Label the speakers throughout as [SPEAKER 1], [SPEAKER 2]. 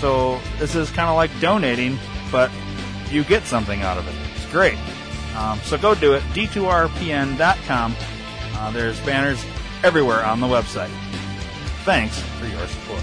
[SPEAKER 1] So this is kind of like donating, but you get something out of it. It's great. Um, so go do it. D2RPN.com. Uh, there's banners everywhere on the website. Thanks for your support.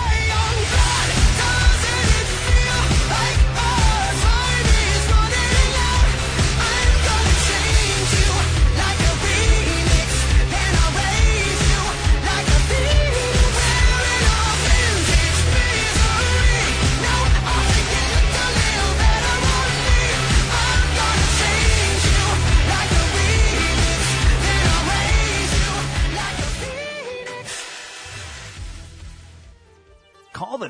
[SPEAKER 1] Call the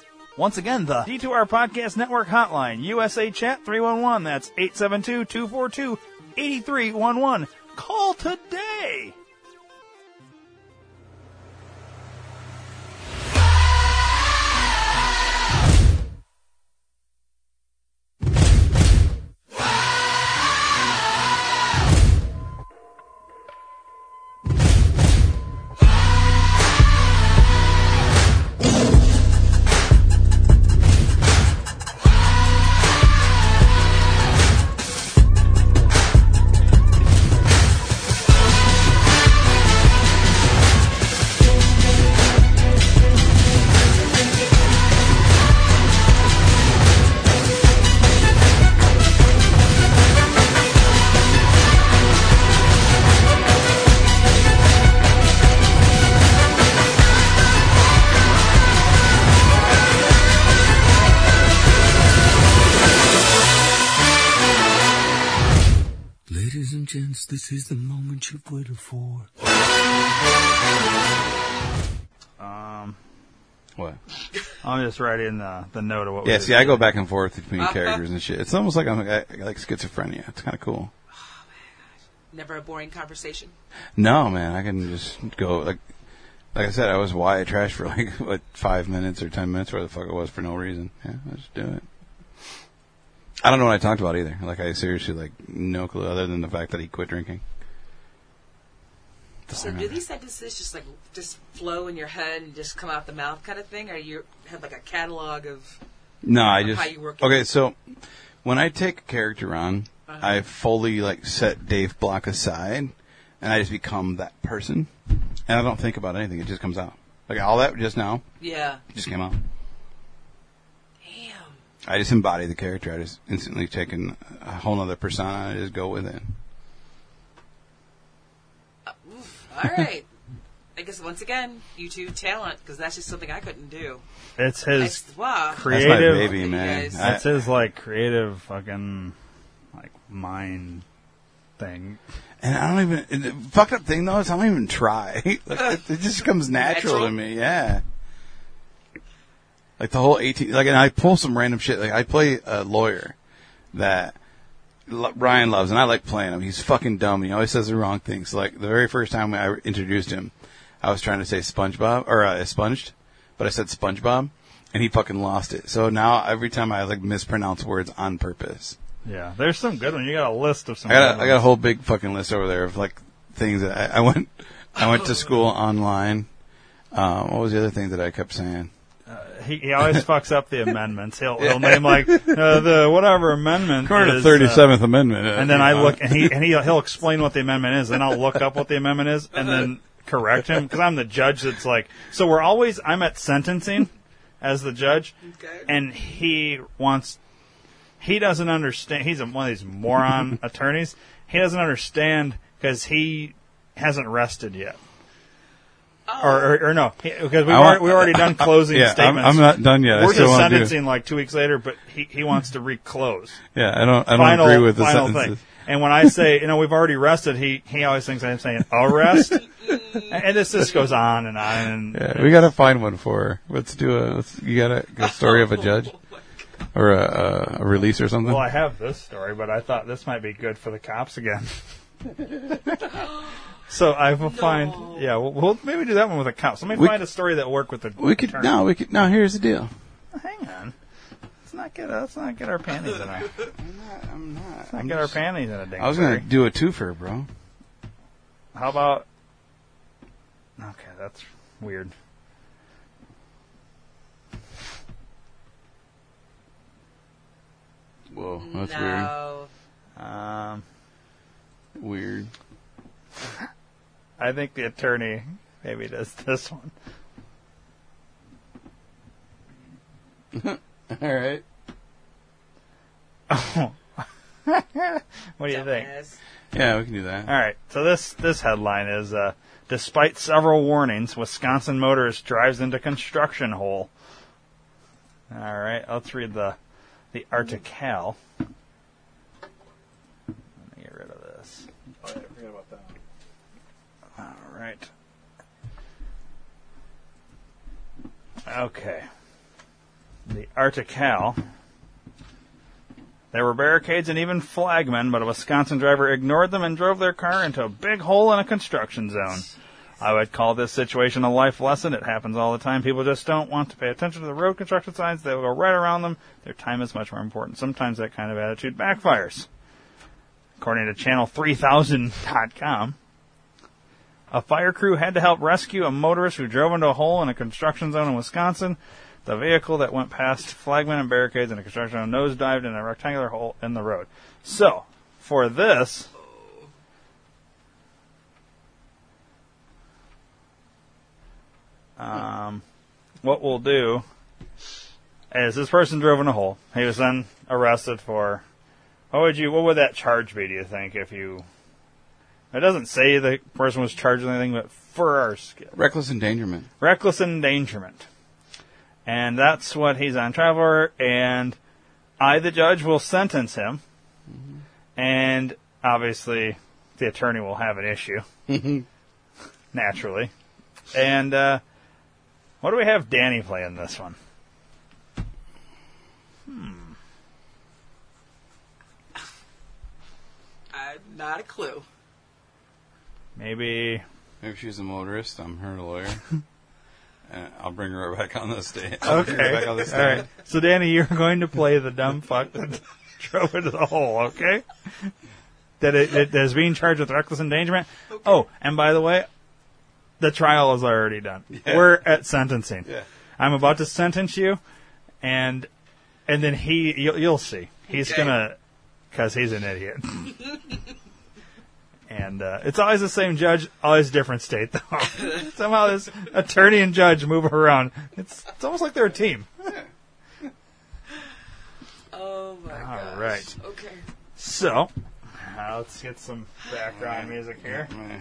[SPEAKER 1] Once again, the D2R Podcast Network hotline, USA Chat 311. That's 872 242 8311. Call today.
[SPEAKER 2] Ladies and gents, this is the moment you've waited for.
[SPEAKER 1] Um,
[SPEAKER 3] What?
[SPEAKER 1] I'm just writing the, the note of what
[SPEAKER 3] Yeah,
[SPEAKER 1] we
[SPEAKER 3] see, I go back and forth between characters and shit. It's almost like I'm I, I like schizophrenia. It's kind of cool.
[SPEAKER 4] Never a boring conversation.
[SPEAKER 3] No, man, I can just go like, like I said, I was why trash for like what five minutes or ten minutes, where the fuck it was for no reason. Yeah, I just do it. I don't know what I talked about either. Like I seriously like no clue other than the fact that he quit drinking.
[SPEAKER 4] So do these sentences just like just flow in your head and just come out the mouth kind of thing? Or you have like a catalog of
[SPEAKER 3] No, I
[SPEAKER 4] How
[SPEAKER 3] just
[SPEAKER 4] you work it.
[SPEAKER 3] okay. So when I take a character on,
[SPEAKER 4] Uh-huh.
[SPEAKER 3] I fully like set Dave Block aside, and I just become that person, and I don't think about anything. It just comes out. Like all that just now
[SPEAKER 4] yeah,
[SPEAKER 3] just came out.
[SPEAKER 4] damn.
[SPEAKER 3] I just embody the character. I just instantly take an, a whole other persona and I just go with it.
[SPEAKER 4] Uh, All right. I guess once again, you two talent because that's just something I couldn't do.
[SPEAKER 1] It's
[SPEAKER 4] That's
[SPEAKER 1] his,
[SPEAKER 4] wow.
[SPEAKER 3] That's
[SPEAKER 1] Creative.
[SPEAKER 3] my baby,
[SPEAKER 4] You
[SPEAKER 3] man.
[SPEAKER 4] guys-
[SPEAKER 3] I,
[SPEAKER 1] that's his like creative fucking like mind thing.
[SPEAKER 3] and I don't even. And the fucked up thing though is I don't even try. like, it, it just comes natural,
[SPEAKER 4] Natural?
[SPEAKER 3] to me. Yeah. Like the whole eighteen. Like, and I pull some random shit. Like I play a lawyer that L- Ryan loves, and I like playing him. He's fucking dumb. And he always says the wrong things. Like the very first time I introduced him, I was trying to say SpongeBob or uh, sponged, but I said SpongeBob, and he fucking lost it. So now every time I like mispronounce words on purpose.
[SPEAKER 1] Yeah, there's some good one. You got a list of some.
[SPEAKER 3] I got
[SPEAKER 1] good
[SPEAKER 3] a, I got a
[SPEAKER 1] ones.
[SPEAKER 3] whole big fucking list over there of like things that I, I went I went to school online. Um, what was the other thing that I kept saying?
[SPEAKER 1] He, he always fucks up the amendments. He'll he'll name like uh, the whatever amendment.
[SPEAKER 3] According to uh,
[SPEAKER 1] is,
[SPEAKER 3] Thirty
[SPEAKER 1] uh,
[SPEAKER 3] Seventh Amendment.
[SPEAKER 1] and then I look, and he and he he'll explain what the amendment is, and I'll look up what the amendment is, and then correct him because I'm the judge. That's like, so we're always I'm at sentencing as the judge,
[SPEAKER 4] Okay.
[SPEAKER 1] and he wants he doesn't understand. He's a, one of these moron attorneys. He doesn't understand because he hasn't rested yet. Or, or, or no, he- because we've,
[SPEAKER 3] I want-
[SPEAKER 1] already, we've already done closing
[SPEAKER 3] Yeah, I'm-
[SPEAKER 1] statements.
[SPEAKER 3] I'm not done yet. I
[SPEAKER 1] We're
[SPEAKER 3] still
[SPEAKER 1] just
[SPEAKER 3] wanna do-
[SPEAKER 1] sentencing like two weeks later, but he, he wants to reclose
[SPEAKER 3] Yeah, I don't I don't
[SPEAKER 1] final,
[SPEAKER 3] agree with the
[SPEAKER 1] final
[SPEAKER 3] sentences.
[SPEAKER 1] thing. And when I say, you know, we've already rested, he, he always thinks I'm saying arrest. and this just goes on and on. And
[SPEAKER 3] Yeah, we gotta find one for her. Let's do a let's, you got a, a story of a judge or a, a, a release or something.
[SPEAKER 1] well, I have this story, but I thought this might be good for the cops again. so I will find, yeah, we'll, we'll maybe do that one with the cops. Let me
[SPEAKER 3] We-
[SPEAKER 1] find a story that worked with the.
[SPEAKER 3] we could
[SPEAKER 1] attorney.
[SPEAKER 3] no, we could no. Here's the deal.
[SPEAKER 1] Hang on. Let's not get let's not get our panties in a
[SPEAKER 3] I'm not.
[SPEAKER 1] not get our panties in a ding.
[SPEAKER 3] I was gonna do a twofer, bro.
[SPEAKER 1] How about? Okay, that's weird.
[SPEAKER 3] Whoa,
[SPEAKER 4] no.
[SPEAKER 1] Um,
[SPEAKER 3] weird. Weird.
[SPEAKER 1] I think the attorney maybe does this one.
[SPEAKER 3] All right.
[SPEAKER 1] What do you think?
[SPEAKER 4] Dumbass.
[SPEAKER 3] Yeah, we can do that.
[SPEAKER 1] All right. So this this headline is uh, despite several warnings, Wisconsin motorist drives into construction hole. All right. Let's read the the article. Let me get rid of this. All right. Okay. The article. There were barricades and even flagmen, but a Wisconsin driver ignored them and drove their car into a big hole in a construction zone. I would call this situation a life lesson. It happens all the time. People just don't want to pay attention to the road construction signs. They will go right around them. Their time is much more important. Sometimes that kind of attitude backfires. According to channel3000.com, a fire crew had to help rescue a motorist who drove into a hole in a construction zone in Wisconsin. The vehicle that went past flagmen and barricades in a construction zone nosedived in a rectangular hole in the road. So, for this, um, what we'll do is this person drove in a hole. He was then arrested for. What would you? What would that charge be? Do you think if you? It doesn't say the person was charged with anything, but for our skill
[SPEAKER 3] Reckless endangerment.
[SPEAKER 1] reckless endangerment. And that's what he's on trial for. And I, the judge, will sentence him.
[SPEAKER 3] Mm-hmm.
[SPEAKER 1] And obviously, the attorney will have an issue.
[SPEAKER 3] Mm-hmm.
[SPEAKER 1] naturally. And uh, what do we have Danny play in this one?
[SPEAKER 4] I, not a clue.
[SPEAKER 1] Maybe.
[SPEAKER 3] Maybe she's a motorist. I'm her lawyer. and I'll bring her back on the stand. I'll bring her
[SPEAKER 1] Okay.
[SPEAKER 3] back on the
[SPEAKER 1] All
[SPEAKER 3] stand.
[SPEAKER 1] right. So, Danny, you're going to play the dumb fuck that drove into the hole, okay? That, it, that is being charged with reckless endangerment. Oh, and by the way, the trial is already done. We're at sentencing.
[SPEAKER 3] Yeah.
[SPEAKER 1] I'm about to sentence you, and and then he, you'll, you'll see. He's
[SPEAKER 4] Okay.
[SPEAKER 1] gonna, cause he's an idiot. and uh, it's always the same judge, always different state though. Somehow this attorney and judge move around. It's it's almost like they're a team.
[SPEAKER 4] Oh my god.
[SPEAKER 1] All right.
[SPEAKER 4] Okay.
[SPEAKER 1] So, uh, let's get some background music here.
[SPEAKER 3] Eh,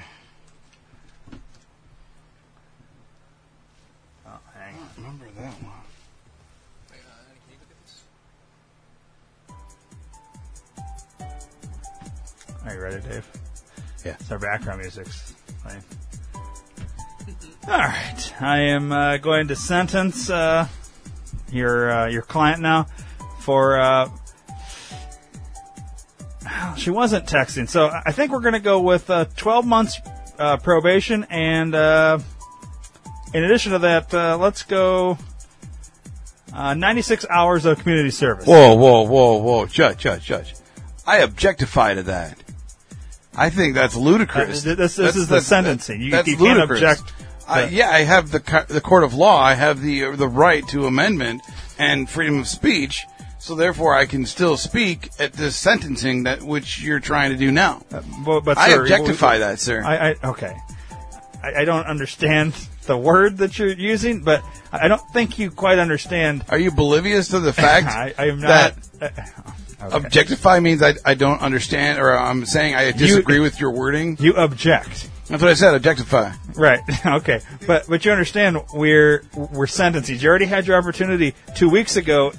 [SPEAKER 1] Oh, hang on.
[SPEAKER 3] Remember that one?
[SPEAKER 1] Are you ready, Dave?
[SPEAKER 3] Yeah.
[SPEAKER 1] It's our background music's playing. All right, I am uh, going to sentence uh, your uh, your client now for uh, She wasn't texting. So I I think we're going to go with uh, 12 months uh, probation. And uh, in addition to that, uh, let's go uh, 96 hours of community service.
[SPEAKER 3] Whoa, whoa, whoa, whoa. Judge, judge, judge. I objectify to that. I think that's ludicrous.
[SPEAKER 1] Uh, th- this- this is the sentencing. You-
[SPEAKER 3] that's
[SPEAKER 1] you can't
[SPEAKER 3] ludicrous.
[SPEAKER 1] object
[SPEAKER 3] I,
[SPEAKER 1] to-
[SPEAKER 3] yeah, I have the co- the court of law. I have the uh, the right to amendment and freedom of speech. So therefore, I can still speak at this sentencing that which you're trying to do now.
[SPEAKER 1] But, but,
[SPEAKER 3] I
[SPEAKER 1] Uh, sir,
[SPEAKER 3] objectify that, sir.
[SPEAKER 1] I, I okay. I, I don't understand the word that you're using, but I I don't think you quite understand.
[SPEAKER 3] Are you oblivious to the fact
[SPEAKER 1] I, I am
[SPEAKER 3] that
[SPEAKER 1] not.
[SPEAKER 3] objectify means I, I don't understand, or I'm saying I disagree with your wording?
[SPEAKER 1] you object,
[SPEAKER 3] That's what I said. Objectify.
[SPEAKER 1] right? okay, but but you understand we're we're sentencing. You already had your opportunity two weeks ago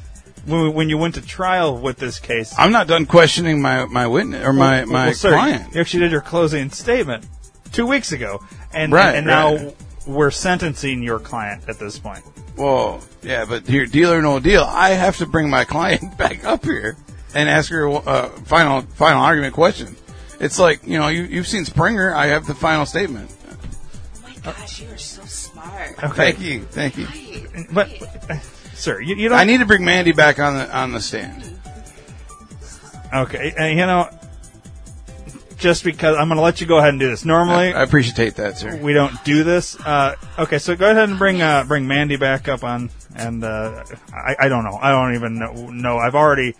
[SPEAKER 1] when we, when you went to trial with this case.
[SPEAKER 3] I'm not done questioning my my witness or my my
[SPEAKER 1] well, sir,
[SPEAKER 3] client.
[SPEAKER 1] You actually did your closing statement two weeks ago, and
[SPEAKER 3] Right,
[SPEAKER 1] and, now
[SPEAKER 3] right.
[SPEAKER 1] we're sentencing your client at this point.
[SPEAKER 3] Well, yeah, but here, deal or no deal, I have to bring my client back up here and ask her uh, final final argument question. It's like you know you you've seen Springer. I have the final statement.
[SPEAKER 4] Oh my gosh, you are so smart.
[SPEAKER 1] Okay,
[SPEAKER 3] Thank you, thank you.
[SPEAKER 4] Right.
[SPEAKER 1] but. Sir, you, you don't.
[SPEAKER 3] I need to bring Mandy back on the on the stand.
[SPEAKER 1] Okay, and you know, just because I'm going to let you go ahead and do this. Normally,
[SPEAKER 3] I appreciate that, sir.
[SPEAKER 1] we don't do this. Uh, okay, so go ahead and bring uh, bring Mandy back up on, and uh, I, I don't know. I don't even know. know. I've already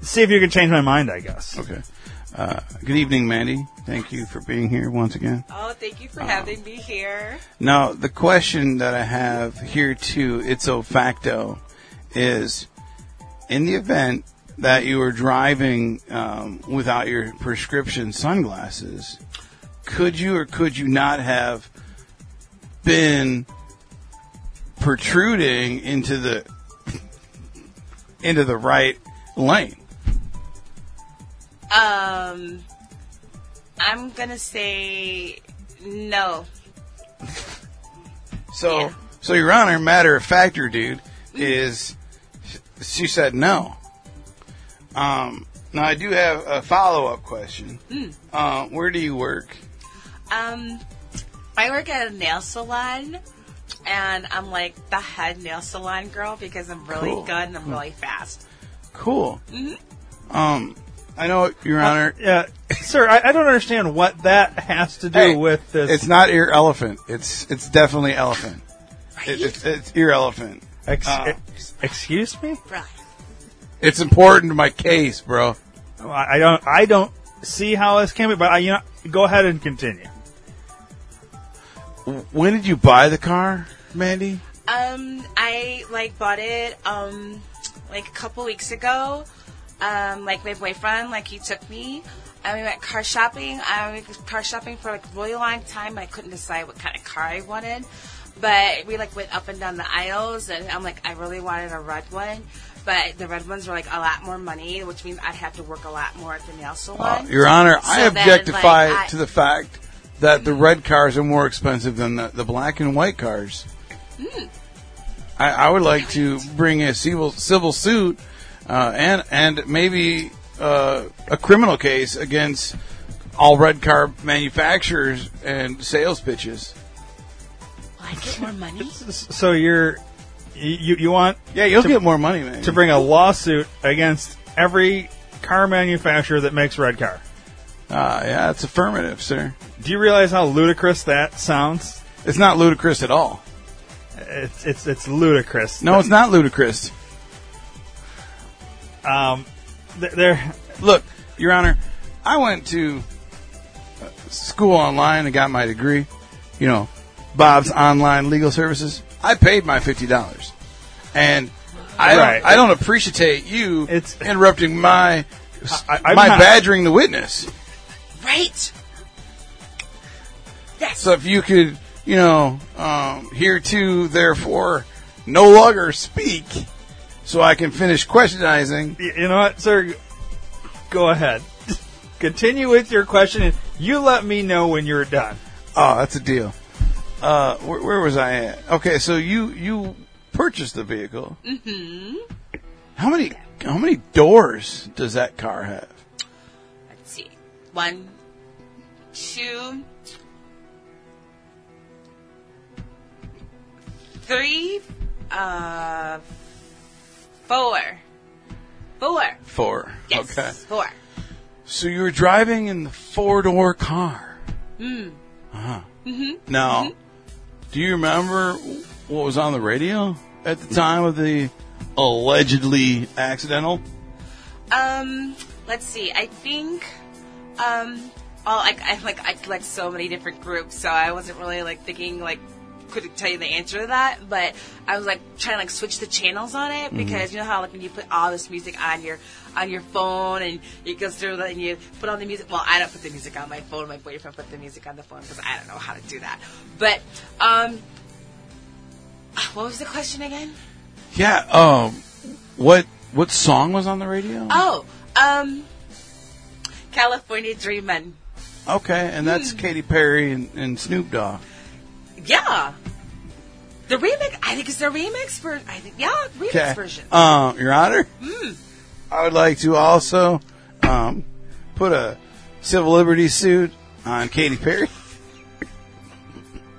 [SPEAKER 1] see if you can change my mind. I guess.
[SPEAKER 3] Okay. Uh, good evening, Mandy. Thank you for being here once again.
[SPEAKER 4] Oh, thank you for having me here.
[SPEAKER 3] Now, the question that I have here too, ipso facto, is in the event that you were driving um, without your prescription sunglasses, could you or could you not have been protruding into the into the right lane?
[SPEAKER 4] Um, I'm gonna say no.
[SPEAKER 3] So,
[SPEAKER 4] Yeah.
[SPEAKER 3] so your honor, matter of factor, dude, is she said no. Um, now I do have a follow up question. Uh, where do you work?
[SPEAKER 4] Um, I work at a nail salon, and I'm like the head nail salon girl because I'm really
[SPEAKER 3] Cool.
[SPEAKER 4] good and I'm really fast.
[SPEAKER 3] Cool. Um, I know, your honor.
[SPEAKER 1] Yeah, sir, I, I don't understand what that has to do
[SPEAKER 3] Hey,
[SPEAKER 1] with this.
[SPEAKER 3] It's not ear elephant. It's it's definitely elephant. It, it's, it's ear elephant.
[SPEAKER 1] Ex-
[SPEAKER 3] uh,
[SPEAKER 1] ex- excuse me.
[SPEAKER 4] Right.
[SPEAKER 3] It's important to my case, bro.
[SPEAKER 1] I I don't. I don't see how this can be. But I, you know, go ahead and continue.
[SPEAKER 3] When did you buy the car, Mandy?
[SPEAKER 4] Um, I like bought it um like a couple weeks ago. Um, like my boyfriend, like he took me. And we went car shopping. I was car shopping for like a really long time. I couldn't decide what kind of car I wanted. But we like went up and down the aisles and I'm like, I really wanted a red one. But the red ones were like a lot more money, which means I'd have to work a lot more at the nail
[SPEAKER 3] Uh,
[SPEAKER 4] salon.
[SPEAKER 3] Your Honor, I
[SPEAKER 4] So then,
[SPEAKER 3] objectify
[SPEAKER 4] like, I-
[SPEAKER 3] to the fact that the red cars are more expensive than the, the black and white cars.
[SPEAKER 4] Hmm.
[SPEAKER 3] I, I would like to bring a civil civil suit uh, and and maybe uh, a criminal case against all red car manufacturers and sales pitches.
[SPEAKER 4] Will I get more money?
[SPEAKER 1] So you're, you you want
[SPEAKER 3] Yeah, you'll get more money, man.
[SPEAKER 1] to bring a lawsuit against every car manufacturer that makes red car.
[SPEAKER 3] uh, yeah, it's affirmative, sir.
[SPEAKER 1] Do you realize how ludicrous that sounds?
[SPEAKER 3] It's not ludicrous at all.
[SPEAKER 1] It's it's it's ludicrous.
[SPEAKER 3] No, it's not ludicrous.
[SPEAKER 1] Um, th- there.
[SPEAKER 3] Look, Your Honor, I went to uh, school online and got my degree. You know, Bob's Online Legal Services. I paid my fifty dollars, and I
[SPEAKER 1] Right.
[SPEAKER 3] don't, I don't appreciate you
[SPEAKER 1] It's-
[SPEAKER 3] interrupting my
[SPEAKER 1] I- I'm
[SPEAKER 3] my
[SPEAKER 1] not-
[SPEAKER 3] badgering the witness.
[SPEAKER 4] right. Yes.
[SPEAKER 3] So if you could, you know, um, here to therefore no longer speak, so I can finish questionizing.
[SPEAKER 1] y- You know what, sir? Go ahead. Continue with your question. And you let me know when you're done.
[SPEAKER 3] Oh, that's a deal. Uh, where, where was I at? Okay, so you you purchased the vehicle. Mm-hmm. How many how many doors does that car have?
[SPEAKER 4] One, two, three, uh, four. Four.
[SPEAKER 3] Four.
[SPEAKER 4] Yes.
[SPEAKER 3] Okay.
[SPEAKER 4] Four.
[SPEAKER 3] So you were driving in the four door car. Hmm. Uh huh. Mm. Mm-hmm. Now, do you remember what was on the radio at the time of the allegedly accidental?
[SPEAKER 4] Um, let's see. I think, um, all I, I like I collect so many different groups, so I wasn't really like thinking like couldn't tell you the answer to that, but I was like trying to like switch the channels on it because you know how like when you put all this music on your on your phone and it goes through and you put on the music. Well, I don't put the music on my phone. My boyfriend put the music on the phone because I don't know how to do that. But um, what was the question again?
[SPEAKER 3] Yeah. Um. What What song was on the radio?
[SPEAKER 4] Oh, um, California Dreamin'.
[SPEAKER 3] okay, and that's Katy Perry and, and Snoop Dogg.
[SPEAKER 4] Yeah. The remix, I think it's the remix version. I think, yeah, remix
[SPEAKER 3] Okay.
[SPEAKER 4] version.
[SPEAKER 3] Um, Your Honor, I would like to also um, put a civil liberties suit on Katy Perry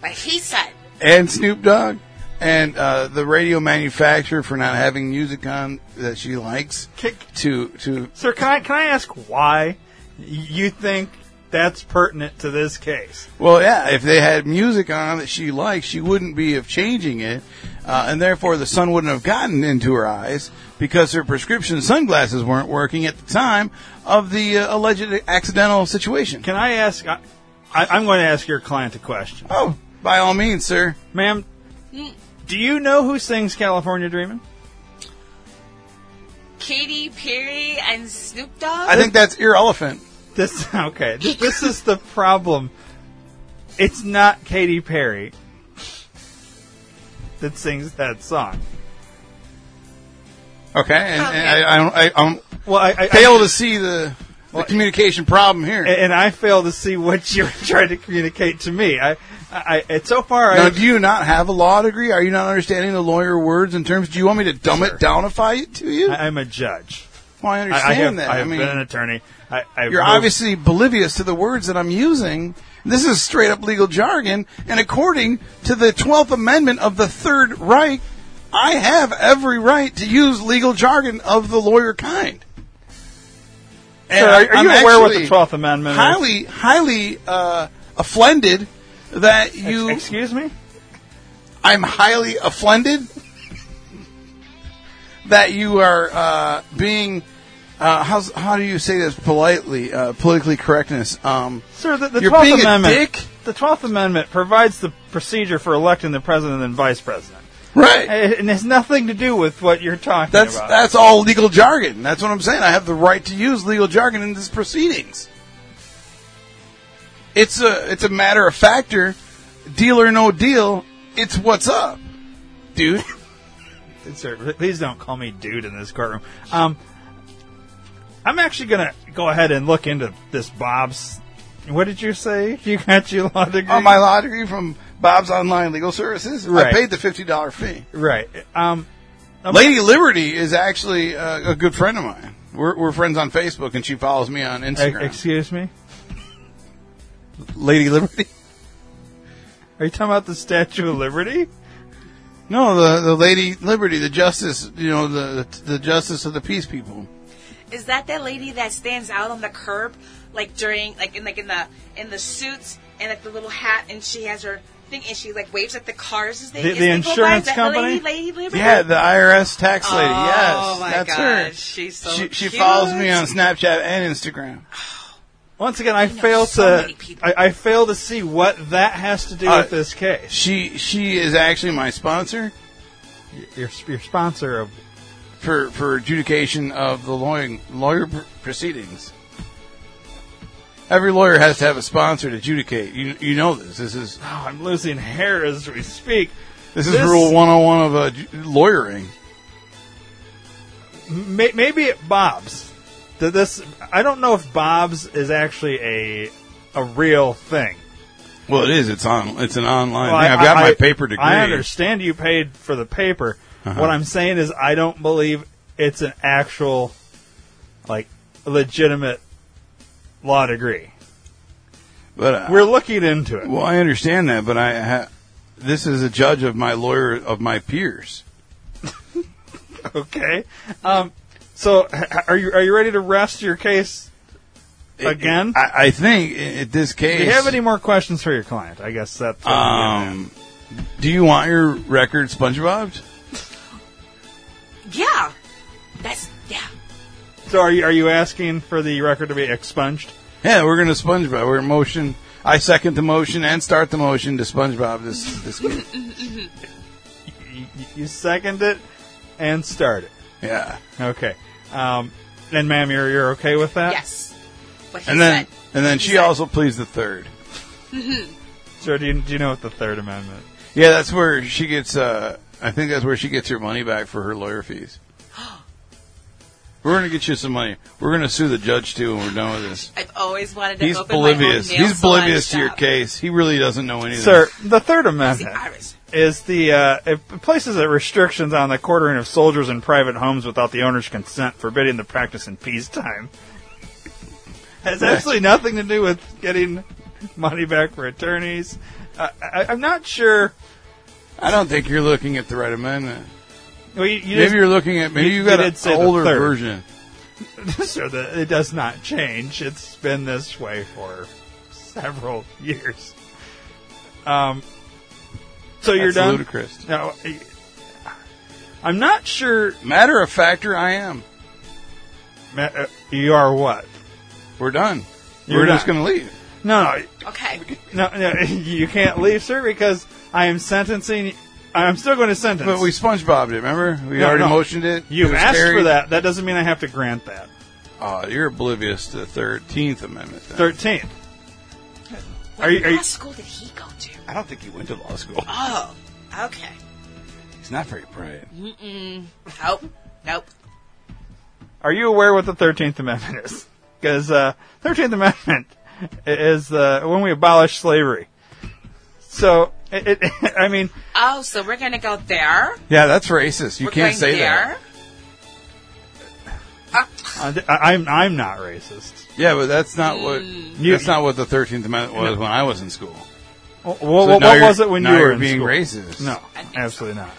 [SPEAKER 4] But he said,
[SPEAKER 3] and Snoop Dogg and uh, the radio manufacturer for not having music on that she likes
[SPEAKER 1] Kick-
[SPEAKER 3] to to
[SPEAKER 1] Sir, can I, can I ask why you think that's pertinent to this case?
[SPEAKER 3] well yeah if they had music on that she likes she wouldn't be of changing it uh, and therefore the sun wouldn't have gotten into her eyes because her prescription sunglasses weren't working at the time of the uh, alleged accidental situation
[SPEAKER 1] Can I ask? I, I, I'm going to ask your client a question.
[SPEAKER 3] oh by all means sir
[SPEAKER 1] Ma'am, do you know who sings California Dreamin'?
[SPEAKER 4] Katy Perry and Snoop Dogg?
[SPEAKER 3] I think that's ear elephant.
[SPEAKER 1] This okay. th- This is the problem. It's not Katy Perry that sings that song.
[SPEAKER 3] Okay, and, and I, I, don't- I, I'm
[SPEAKER 1] Well, I, I
[SPEAKER 3] fail to see the, the communication problem
[SPEAKER 1] I-
[SPEAKER 3] here.
[SPEAKER 1] and I fail to see what you're trying to communicate to me. I, I, I and so far,
[SPEAKER 3] Now,
[SPEAKER 1] I,
[SPEAKER 3] do you not have a law degree? Are you not understanding the lawyer words and terms? Do you want me to dumb it downify it to you?
[SPEAKER 1] I, I'm a judge.
[SPEAKER 3] well, I
[SPEAKER 1] I,
[SPEAKER 3] understand
[SPEAKER 1] I have,
[SPEAKER 3] that.
[SPEAKER 1] I
[SPEAKER 3] I,
[SPEAKER 1] have
[SPEAKER 3] mean,
[SPEAKER 1] been an attorney. I, I've
[SPEAKER 3] you're
[SPEAKER 1] moved-
[SPEAKER 3] obviously oblivious to the words that I'm using. This is straight up legal jargon, and according to the 12th Amendment of the Third Reich, I have every right to use legal jargon of the lawyer kind. And
[SPEAKER 1] Sir, are, are
[SPEAKER 3] I'm
[SPEAKER 1] you aware what the
[SPEAKER 3] actually
[SPEAKER 1] Twelfth Amendment is?
[SPEAKER 3] Highly, highly uh, offended that you.
[SPEAKER 1] Excuse me.
[SPEAKER 3] I'm highly offended that you are uh, being. Uh, how's, how do you say this politely? Uh, politically correctness. Um,
[SPEAKER 1] Sir, the, the
[SPEAKER 3] You're
[SPEAKER 1] 12th
[SPEAKER 3] being a
[SPEAKER 1] Amendment,
[SPEAKER 3] dick.
[SPEAKER 1] The 12th Amendment provides the procedure for electing the president and vice president.
[SPEAKER 3] right.
[SPEAKER 1] It, it has nothing to do with what you're talking
[SPEAKER 3] That's
[SPEAKER 1] about.
[SPEAKER 3] that's all legal jargon. That's what I'm saying. I have the right to use legal jargon in these proceedings. It's a it's a matter of factor, deal or no deal. It's what's up, dude.
[SPEAKER 1] Sir, please don't call me dude in this courtroom. Um, I'm actually going to go ahead and look into this Bob's. What did you say? You got your law degree?
[SPEAKER 3] on Oh, my law degree from Bob's Online Legal Services.
[SPEAKER 1] Right.
[SPEAKER 3] I paid the fifty dollar fee.
[SPEAKER 1] right. Um,
[SPEAKER 3] Lady Liberty is actually uh, a good friend of mine. We're, we're friends on Facebook, and she follows me on
[SPEAKER 1] e-
[SPEAKER 3] Instagram.
[SPEAKER 1] excuse me.
[SPEAKER 3] Lady Liberty?
[SPEAKER 1] Are you talking about the Statue of Liberty?
[SPEAKER 3] No, the the Lady Liberty, the justice, you know, the the justice of the peace people.
[SPEAKER 4] Is that that lady that stands out on the curb, like during, like in, like in the, in the suits and like the little hat and she has her thing and she like waves at the cars as they,
[SPEAKER 1] The- the
[SPEAKER 4] as they go by? Is
[SPEAKER 1] insurance
[SPEAKER 4] that
[SPEAKER 1] company?
[SPEAKER 4] Lady, lady Liberty?
[SPEAKER 3] Yeah, the IRS tax lady.
[SPEAKER 4] Oh,
[SPEAKER 3] yes,
[SPEAKER 4] my
[SPEAKER 3] that's
[SPEAKER 4] gosh,
[SPEAKER 3] her.
[SPEAKER 4] she's so
[SPEAKER 3] she she
[SPEAKER 4] cute.
[SPEAKER 3] follows me on Snapchat and Instagram.
[SPEAKER 1] Once again, I fail
[SPEAKER 4] so many
[SPEAKER 1] to
[SPEAKER 4] people.
[SPEAKER 1] I, I fail to see what that has to do
[SPEAKER 3] Uh,
[SPEAKER 1] with this case.
[SPEAKER 3] She she is actually my sponsor
[SPEAKER 1] Your, your sponsor of
[SPEAKER 3] for for adjudication of the lawyer lawyer pr- proceedings. Every lawyer has to have a sponsor to adjudicate. You you know this. This is
[SPEAKER 1] Oh, I'm losing hair as we speak.
[SPEAKER 3] This is
[SPEAKER 1] This-
[SPEAKER 3] rule 101 of uh, j- lawyering.
[SPEAKER 1] May- maybe it Bob's. Th- This I don't know if Bob's is actually a a real thing.
[SPEAKER 3] Well, it is. It's on. It's an online.
[SPEAKER 1] Well,
[SPEAKER 3] thing.
[SPEAKER 1] I-
[SPEAKER 3] I've got
[SPEAKER 1] I-
[SPEAKER 3] my paper degree. Uh-huh.
[SPEAKER 1] I understand you paid for the paper. What I'm saying is I don't believe it's an actual like legitimate law degree.
[SPEAKER 3] But uh,
[SPEAKER 1] We're looking into it.
[SPEAKER 3] well, I understand that, but I ha- this is a judge of my lawyer of my peers.
[SPEAKER 1] Okay. Um, so h- h- are you are you ready to rest your case?
[SPEAKER 3] It-
[SPEAKER 1] Again?
[SPEAKER 3] I, I think i- at this case.
[SPEAKER 1] Do you have any more questions for your client? I guess that's what I'm getting at.
[SPEAKER 3] Um, do you want your record SpongeBob?
[SPEAKER 4] Yeah. That's yeah.
[SPEAKER 1] So are you are you asking for the record to be expunged?
[SPEAKER 3] Yeah, we're gonna SpongeBob. We're motion. I second the motion and start the motion to SpongeBob. This this
[SPEAKER 1] You, you second it and start it.
[SPEAKER 3] yeah,
[SPEAKER 1] Okay. Um, and ma'am, you're you're okay with that?
[SPEAKER 4] Yes. What he
[SPEAKER 3] and then
[SPEAKER 4] said.
[SPEAKER 3] and then she also pleads the third.
[SPEAKER 1] So do you, do you know what the Third Amendment?
[SPEAKER 3] Yeah, that's where she gets. Uh, I think that's where she gets her money back for her lawyer fees. We're gonna get you some money. We're gonna sue the judge too when we're done with this.
[SPEAKER 4] I've always wanted to
[SPEAKER 3] He's
[SPEAKER 4] open my own
[SPEAKER 3] oblivious.
[SPEAKER 4] nail
[SPEAKER 3] He's
[SPEAKER 4] salon
[SPEAKER 3] oblivious to your
[SPEAKER 4] shop.
[SPEAKER 3] case. He really doesn't know anything.
[SPEAKER 1] Sir, the Third
[SPEAKER 4] He's
[SPEAKER 1] Amendment
[SPEAKER 4] Irish.
[SPEAKER 1] is the uh, it places the restrictions on the quartering of soldiers in private homes without the owner's consent, forbidding the practice in peacetime. Has absolutely nothing to do with getting money back for attorneys. Uh, I, I'm not sure.
[SPEAKER 3] I don't think you're looking at the right amendment.
[SPEAKER 1] Well, you, you
[SPEAKER 3] Maybe
[SPEAKER 1] just-
[SPEAKER 3] you're looking at maybe
[SPEAKER 1] you-
[SPEAKER 3] you got
[SPEAKER 1] you did say
[SPEAKER 3] an
[SPEAKER 1] the
[SPEAKER 3] older
[SPEAKER 1] third.
[SPEAKER 3] version.
[SPEAKER 1] so that it does not change. It's been this way for several years. Um, so you're
[SPEAKER 3] That's
[SPEAKER 1] done.
[SPEAKER 3] ludicrous.
[SPEAKER 1] Now, I- I'm not sure.
[SPEAKER 3] Matter of factor, I am.
[SPEAKER 1] Ma- uh, You are what?
[SPEAKER 3] We're done.
[SPEAKER 1] You're
[SPEAKER 3] We're just
[SPEAKER 1] done.
[SPEAKER 3] going to leave.
[SPEAKER 1] No,
[SPEAKER 4] Okay.
[SPEAKER 1] no, no, no. You can't leave, sir, because I am sentencing. I'm still going to sentence.
[SPEAKER 3] But we SpongeBobbed it, remember? We
[SPEAKER 1] No,
[SPEAKER 3] already
[SPEAKER 1] no.
[SPEAKER 3] motioned it. It
[SPEAKER 1] you
[SPEAKER 3] was
[SPEAKER 1] asked
[SPEAKER 3] carried.
[SPEAKER 1] for that. That doesn't mean I have to grant that.
[SPEAKER 3] Oh, you're oblivious to the 13th Amendment. Then.
[SPEAKER 1] Thirteenth.
[SPEAKER 4] What
[SPEAKER 1] Are you- are you-
[SPEAKER 4] law school did he go to?
[SPEAKER 3] I don't think he went to law school.
[SPEAKER 4] Oh. Okay.
[SPEAKER 3] He's not very bright.
[SPEAKER 4] Nope. Nope.
[SPEAKER 1] Are you aware what the Thirteenth Amendment is? Because uh, Thirteenth Amendment is uh, when we abolished slavery. So, it, it, I mean,
[SPEAKER 4] Oh, so we're gonna go there.
[SPEAKER 3] Yeah, that's racist. You
[SPEAKER 4] we're
[SPEAKER 3] can't
[SPEAKER 4] going
[SPEAKER 3] say
[SPEAKER 4] there.
[SPEAKER 3] that.
[SPEAKER 4] Ah,
[SPEAKER 1] I- I'm I'm not racist.
[SPEAKER 3] Yeah, but that's not what
[SPEAKER 1] You-
[SPEAKER 3] that's not what the 13th Amendment was when I was in school.
[SPEAKER 1] What,
[SPEAKER 3] So
[SPEAKER 1] what,
[SPEAKER 3] now you're-
[SPEAKER 1] was it when
[SPEAKER 3] now
[SPEAKER 1] you were
[SPEAKER 3] you're
[SPEAKER 1] in
[SPEAKER 3] being
[SPEAKER 1] school?
[SPEAKER 3] racist?
[SPEAKER 1] No,
[SPEAKER 4] I think so.
[SPEAKER 1] absolutely not.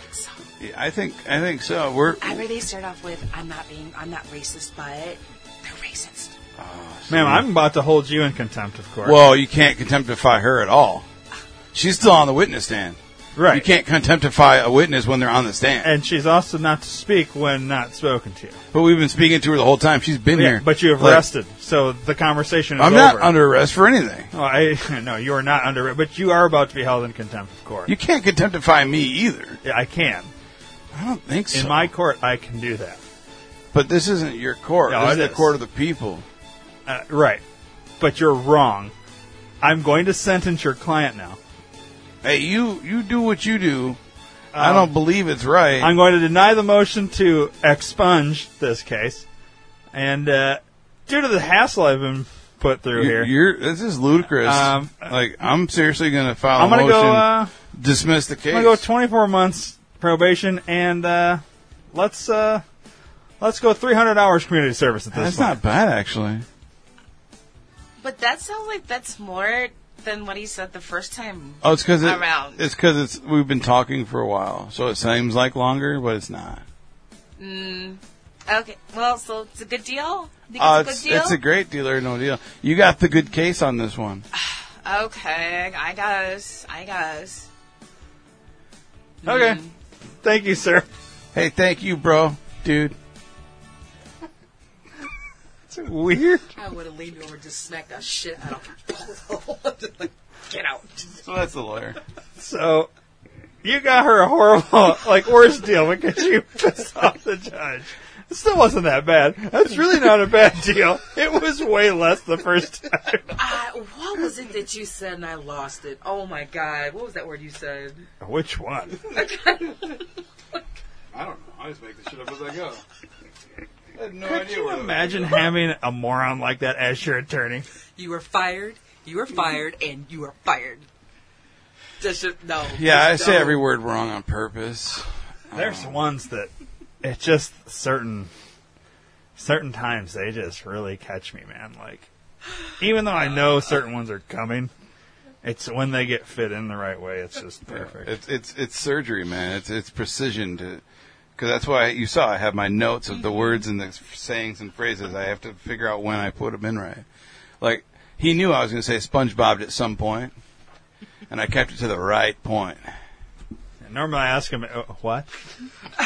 [SPEAKER 3] Yeah, I think I think so. We're
[SPEAKER 4] I really start off with I'm not being I'm not racist, but they're racist.
[SPEAKER 1] Ma'am, I'm about to hold you in contempt of court.
[SPEAKER 3] Well, you can't contemptify her at all. She's still on the witness stand.
[SPEAKER 1] right.
[SPEAKER 3] You can't contemptify a witness when they're on the stand.
[SPEAKER 1] And she's also not to speak when not spoken to.
[SPEAKER 3] But we've been speaking to her the whole time. She's been here.
[SPEAKER 1] But you have
[SPEAKER 3] Like,
[SPEAKER 1] arrested, so the conversation is
[SPEAKER 3] I'm
[SPEAKER 1] over.
[SPEAKER 3] not under arrest for anything.
[SPEAKER 1] Oh, I no, you are not under. But you are about to be held in contempt of court.
[SPEAKER 3] You can't contemptify me either.
[SPEAKER 1] Yeah, I can.
[SPEAKER 3] I don't think so.
[SPEAKER 1] In my court, I can do that.
[SPEAKER 3] but this isn't your court.
[SPEAKER 1] No,
[SPEAKER 3] this
[SPEAKER 1] it
[SPEAKER 3] is
[SPEAKER 1] is.
[SPEAKER 3] the court of the people.
[SPEAKER 1] Uh, right. But you're wrong. I'm going to sentence your client now.
[SPEAKER 3] Hey, you you do what you do. I don't believe it's right.
[SPEAKER 1] Um, I'm going to deny the motion to expunge this case. And uh, due to the hassle I've been put through
[SPEAKER 3] you,
[SPEAKER 1] here,
[SPEAKER 3] You're, this is ludicrous.
[SPEAKER 1] Um,
[SPEAKER 3] like I'm seriously going to file
[SPEAKER 1] I'm
[SPEAKER 3] a
[SPEAKER 1] going to
[SPEAKER 3] motion.
[SPEAKER 1] go. Uh,
[SPEAKER 3] dismiss the case.
[SPEAKER 1] I'm going to go 24 months probation, and uh, let's uh, let's go 300 hours community service at this
[SPEAKER 3] That's
[SPEAKER 1] point.
[SPEAKER 3] not bad, actually.
[SPEAKER 4] But that sounds like that's more than what he said the first time.
[SPEAKER 3] Oh, it's because it,
[SPEAKER 4] Around.
[SPEAKER 3] it's because it's we've been talking for a while, so it seems like longer, but it's not.
[SPEAKER 4] Okay, well, so it's a good deal. You think
[SPEAKER 3] Uh,
[SPEAKER 4] it's,
[SPEAKER 3] it's,
[SPEAKER 4] a good deal.
[SPEAKER 3] it's a great deal or no deal. You got the good case on this one.
[SPEAKER 4] okay, I guess. I guess. Mm-hmm.
[SPEAKER 1] okay. Thank you, sir.
[SPEAKER 3] Hey, thank you, bro, dude.
[SPEAKER 1] It's weird.
[SPEAKER 4] I would have leaned over and just smacked that shit out of Just like, Get out.
[SPEAKER 3] So that's the lawyer.
[SPEAKER 1] So you got her a horrible, like worse deal because you pissed off the judge. It still wasn't that bad. That's really not a bad deal. It was way less the first time.
[SPEAKER 4] I, what was it that you said and I lost it? Oh my god, what was that word you said?
[SPEAKER 1] Which one?
[SPEAKER 3] I don't know. I just make this shit up as I go. I had no
[SPEAKER 1] Could you imagine having a moron like that as your attorney?
[SPEAKER 4] You were fired, you were fired, and you were fired. Just,
[SPEAKER 5] uh,
[SPEAKER 4] no.
[SPEAKER 3] Yeah, I
[SPEAKER 4] Just
[SPEAKER 3] say
[SPEAKER 4] don't.
[SPEAKER 3] every word wrong on purpose.
[SPEAKER 1] There's ones that it's just certain certain times they just really catch me, man. Like even though I know certain ones are coming, it's when they get fit in the right way. It's just perfect.
[SPEAKER 3] It's it's it's surgery, man. It's it's precision to, because that's why you saw I have my notes of the
[SPEAKER 4] Mm-hmm.
[SPEAKER 3] words and the sayings and phrases. I have to figure out when I put them in right. Like he knew I was going to say SpongeBob at some point, and I kept it to the right point.
[SPEAKER 1] And normally I ask him, "Uh, "What?"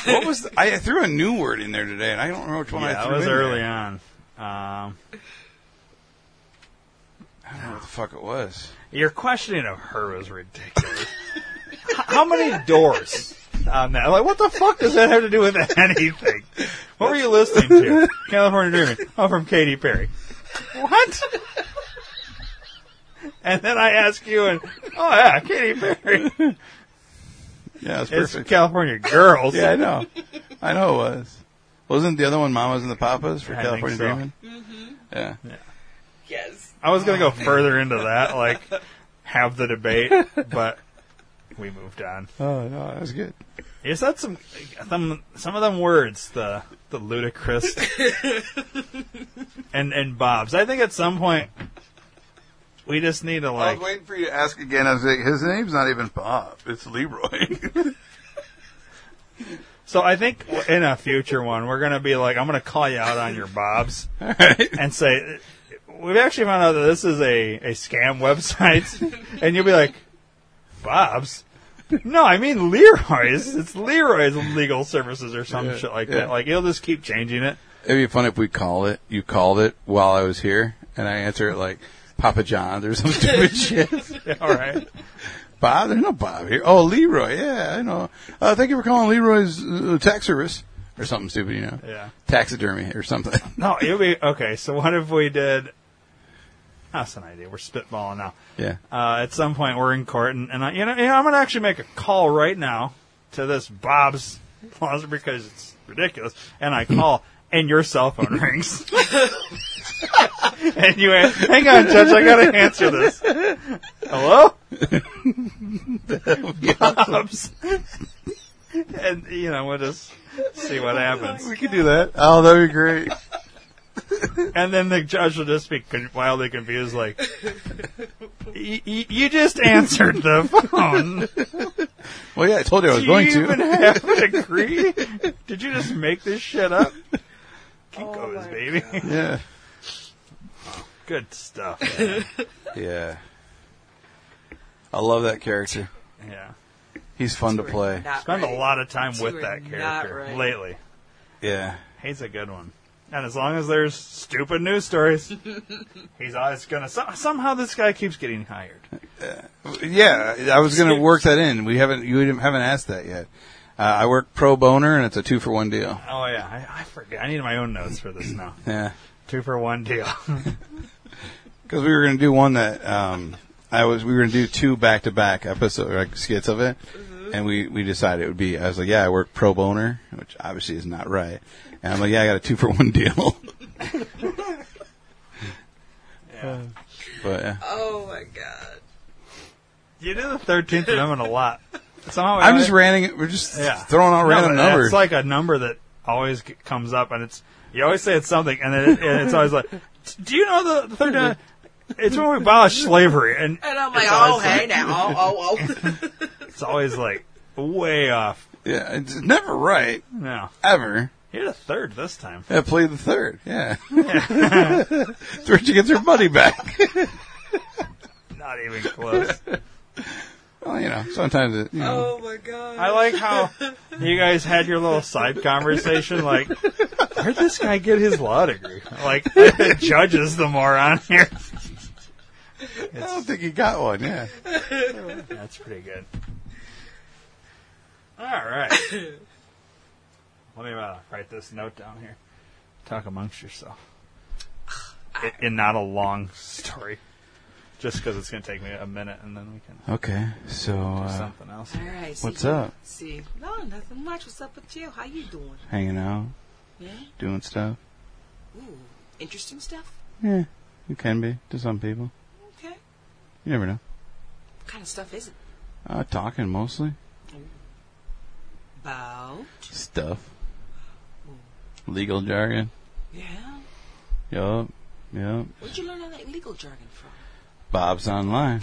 [SPEAKER 3] What was the, I threw a new word in there today, and I don't remember which one I
[SPEAKER 1] yeah,
[SPEAKER 3] threw
[SPEAKER 1] that was
[SPEAKER 3] in there.
[SPEAKER 1] early on. Um,
[SPEAKER 3] I don't know what the fuck it was.
[SPEAKER 1] your questioning of her was ridiculous. H- How many doors on that? Like, what the fuck does that have to do with anything? What were you listening to? California Dreaming. Oh, from Katy Perry. What? And then I ask you, and oh yeah, Katy Perry.
[SPEAKER 3] Yeah, it's
[SPEAKER 1] It's
[SPEAKER 3] perfect.
[SPEAKER 1] California Girls.
[SPEAKER 3] yeah, I know. I know it was. Wasn't the other one Mamas and the Papas for
[SPEAKER 1] I think
[SPEAKER 3] California
[SPEAKER 1] so.
[SPEAKER 3] Dreaming? Yeah.
[SPEAKER 4] Yes.
[SPEAKER 1] I was going to go further into that, like have the debate, but we moved on.
[SPEAKER 3] Oh no, that was good.
[SPEAKER 1] Is that some some some of them words the the ludicrous and and Bob's? I think at some point we just need to
[SPEAKER 3] I
[SPEAKER 1] like
[SPEAKER 3] was waiting for you to ask again. I was like, his name's not even Bob. It's Leroy.
[SPEAKER 1] So I think in a future one, we're going to be like, I'm going to call you out on your bobs and say, we've actually found out that this is a, a scam website. and you'll be like, Bob's? No, I mean Leroy's. It's Leroy's Legal Services or some
[SPEAKER 3] Yeah,
[SPEAKER 1] shit like
[SPEAKER 3] yeah.
[SPEAKER 1] that. Like, you'll just keep changing it.
[SPEAKER 3] It'd be fun if we call it. You called it while I was here, and I answer it like Papa John's or some stupid shit.
[SPEAKER 1] Yeah, All right.
[SPEAKER 3] Bob, there's no Bob here. Oh, Leroy. Yeah, I know. Uh, thank you for calling Leroy's uh, tax service or something stupid. You know,
[SPEAKER 1] Yeah.
[SPEAKER 3] taxidermy or something.
[SPEAKER 1] No, it'll be, okay, so what if we did, that's an idea. We're spitballing now.
[SPEAKER 3] yeah.
[SPEAKER 1] uh, at some point we're in court, and, and I, you know, you know, I'm gonna actually make a call right now to this Bob's Plaza because it's ridiculous. And I call, and your cell phone rings, and you an- hang on, Judge, I gotta answer this. Hello, Bob's, and you know we'll just see what happens.
[SPEAKER 3] We could do that. Oh, that'd be great.
[SPEAKER 1] And then the judge will just be con- wildly confused, like, "Y- y- "You just answered the phone.
[SPEAKER 3] Well, yeah, I told you I was
[SPEAKER 1] Do
[SPEAKER 3] going
[SPEAKER 1] you
[SPEAKER 3] to.
[SPEAKER 1] even have a degree? Did you just make this shit up?
[SPEAKER 4] Oh
[SPEAKER 1] Kinko's, baby.
[SPEAKER 3] yeah.
[SPEAKER 1] Good stuff. man.
[SPEAKER 3] Yeah. I love that character.
[SPEAKER 1] Yeah,
[SPEAKER 3] He's fun to play.
[SPEAKER 4] Not
[SPEAKER 1] spend
[SPEAKER 4] right.
[SPEAKER 1] a lot of time
[SPEAKER 4] You
[SPEAKER 1] with
[SPEAKER 4] are
[SPEAKER 1] that
[SPEAKER 4] not
[SPEAKER 1] character
[SPEAKER 4] right.
[SPEAKER 1] lately.
[SPEAKER 3] Yeah.
[SPEAKER 1] He's a good one. And as long as there's stupid news stories, he's always gonna. Some, somehow this guy keeps getting hired.
[SPEAKER 3] Yeah, I was going to work that in. We haven't you haven't asked that yet. Uh, I work pro boner, and it's a two for one deal.
[SPEAKER 1] Oh yeah, I, I forget. I need my own notes for this now.
[SPEAKER 3] Yeah,
[SPEAKER 1] Two for one deal.
[SPEAKER 3] because we were going to do one that um, I was. We were going to do two back to back episode like skits of it, and we we decided it would be. I was like, yeah, I work pro boner, which obviously is not right. And I'm like, yeah, I got a two for one deal.
[SPEAKER 1] Yeah.
[SPEAKER 3] but yeah.
[SPEAKER 4] Oh my god.
[SPEAKER 1] You do the Thirteenth Amendment a lot. Somehow
[SPEAKER 3] I'm just
[SPEAKER 1] I-
[SPEAKER 3] ranting. We're just
[SPEAKER 1] Yeah.
[SPEAKER 3] throwing out
[SPEAKER 1] No,
[SPEAKER 3] random
[SPEAKER 1] but
[SPEAKER 3] numbers.
[SPEAKER 1] It's like a number that always g- comes up, and it's you always say it's something, and then it, and it's always like, do you know the, the third? uh, It's when we abolished slavery, and
[SPEAKER 4] And I'm like,
[SPEAKER 1] it's
[SPEAKER 4] oh
[SPEAKER 1] always,
[SPEAKER 4] hey now, oh oh oh.
[SPEAKER 1] it's always like way off.
[SPEAKER 3] yeah, it's never right
[SPEAKER 1] No,
[SPEAKER 3] ever.
[SPEAKER 1] you're the third this time.
[SPEAKER 3] Yeah, play the third. Yeah, It's where she gets her money back.
[SPEAKER 1] Not even close.
[SPEAKER 3] Well, you know, sometimes it, you know,
[SPEAKER 4] oh my god.
[SPEAKER 1] I like how you guys had your little side conversation, like, where'd this guy get his law degree? Like, the judge is the moron here.
[SPEAKER 3] I don't think he got one. Yeah,
[SPEAKER 1] That's pretty good. All right. Let me uh, write this note down here. Talk amongst yourself. I- and not a long story. Just because it's going to take me a minute and then we can
[SPEAKER 3] Okay, so
[SPEAKER 1] do
[SPEAKER 3] uh,
[SPEAKER 1] something else.
[SPEAKER 4] All right. see-
[SPEAKER 3] what's up?
[SPEAKER 4] See, no, nothing much. What's up with you? How you doing?
[SPEAKER 3] Hanging out,
[SPEAKER 4] Yeah.
[SPEAKER 3] doing stuff.
[SPEAKER 4] Ooh, interesting stuff.
[SPEAKER 3] Yeah, it can be to some people.
[SPEAKER 4] Okay.
[SPEAKER 3] You never know.
[SPEAKER 4] What kind of stuff is it?
[SPEAKER 3] Uh, talking mostly
[SPEAKER 4] About. Hmm.
[SPEAKER 3] stuff, legal jargon.
[SPEAKER 4] Yeah.
[SPEAKER 3] Yup. Yeah.
[SPEAKER 5] Where'd you learn all that legal jargon from?
[SPEAKER 3] Bob's Online.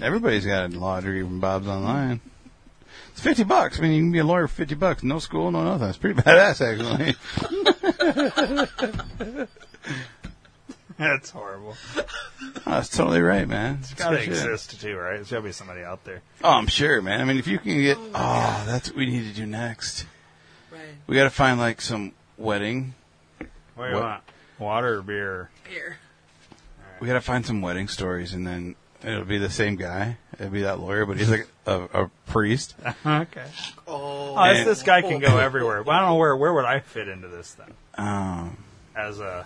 [SPEAKER 3] Everybody's got a law degree from Bob's Online. It's 50 bucks. I mean, you can be a lawyer for 50 bucks. No school, no nothing. It's pretty badass, actually.
[SPEAKER 1] That's horrible.
[SPEAKER 3] That's totally right, man.
[SPEAKER 1] It's gotta exist too, right? There's gotta be somebody out there.
[SPEAKER 3] Oh, I'm sure, man. I mean, if you can get, oh, that's what we need to do next.
[SPEAKER 5] Right.
[SPEAKER 3] We got to find like some wedding.
[SPEAKER 1] What do you
[SPEAKER 3] What?
[SPEAKER 1] want? Water or beer?
[SPEAKER 5] Here.
[SPEAKER 3] We got to find some wedding stories, and then it'll be the same guy. It'll be that lawyer, but he's like a, a priest.
[SPEAKER 1] Okay.
[SPEAKER 5] Oh.
[SPEAKER 1] Oh, this, this guy can go everywhere. Well, I don't know where where would I fit into this then
[SPEAKER 3] Um,
[SPEAKER 1] as a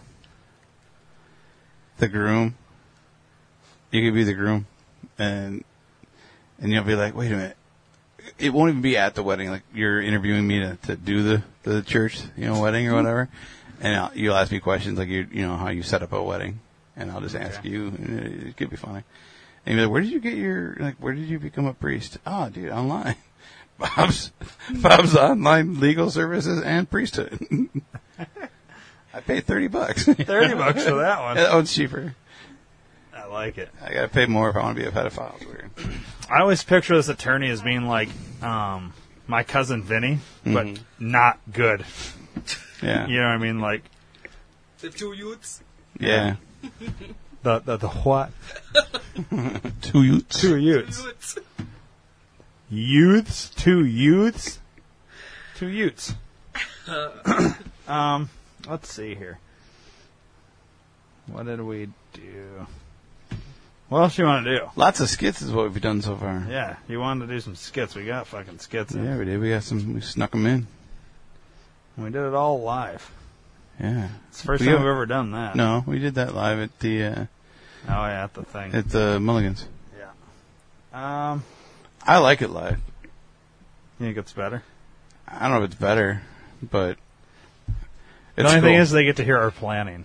[SPEAKER 3] the groom. You could be the groom, and and you'll be like, wait a minute. It won't even be at the wedding. Like you're interviewing me to, to do the the church, you know, wedding or
[SPEAKER 1] Mm-hmm.
[SPEAKER 3] whatever, and I'll, you'll ask me questions like you you know how you set up a wedding, and I'll just ask
[SPEAKER 1] Okay.
[SPEAKER 3] you. And it, it could be funny. And you're like, where did you get your like? Where did you become a priest? Oh, dude, online. Bob's Bob's online legal services and priesthood. I paid thirty bucks.
[SPEAKER 1] thirty bucks for that one.
[SPEAKER 3] that one's cheaper.
[SPEAKER 1] I like it.
[SPEAKER 3] I gotta pay more if I want to be a pedophile. It's weird.
[SPEAKER 1] I always picture this attorney as being like um, my cousin Vinny, but
[SPEAKER 3] Mm-hmm.
[SPEAKER 1] not good.
[SPEAKER 3] Yeah.
[SPEAKER 1] You know what I mean? Like
[SPEAKER 5] The two youths.
[SPEAKER 3] Yeah.
[SPEAKER 1] the the, the what?
[SPEAKER 3] Two youths.
[SPEAKER 1] Two youths.
[SPEAKER 5] Youths.
[SPEAKER 1] Youths. Two youths. Two youths. um, let's see here. What did we do? What else you want to do?
[SPEAKER 3] Lots of skits is what we've done so far.
[SPEAKER 1] Yeah, you wanted to do some skits. We got fucking skits. In.
[SPEAKER 3] Yeah, we did. We got some. We snuck them in.
[SPEAKER 1] And we did it all live.
[SPEAKER 3] Yeah.
[SPEAKER 1] It's the first
[SPEAKER 3] We
[SPEAKER 1] time
[SPEAKER 3] got-
[SPEAKER 1] we've ever done that.
[SPEAKER 3] No, we did that live at the uh,
[SPEAKER 1] Oh yeah, at the thing.
[SPEAKER 3] at the Mulligans.
[SPEAKER 1] yeah. Um,
[SPEAKER 3] I like it live.
[SPEAKER 1] you think it's better?
[SPEAKER 3] I don't know if it's better, but
[SPEAKER 1] The
[SPEAKER 3] it's
[SPEAKER 1] only thing
[SPEAKER 3] cool.
[SPEAKER 1] is, they get to hear our planning.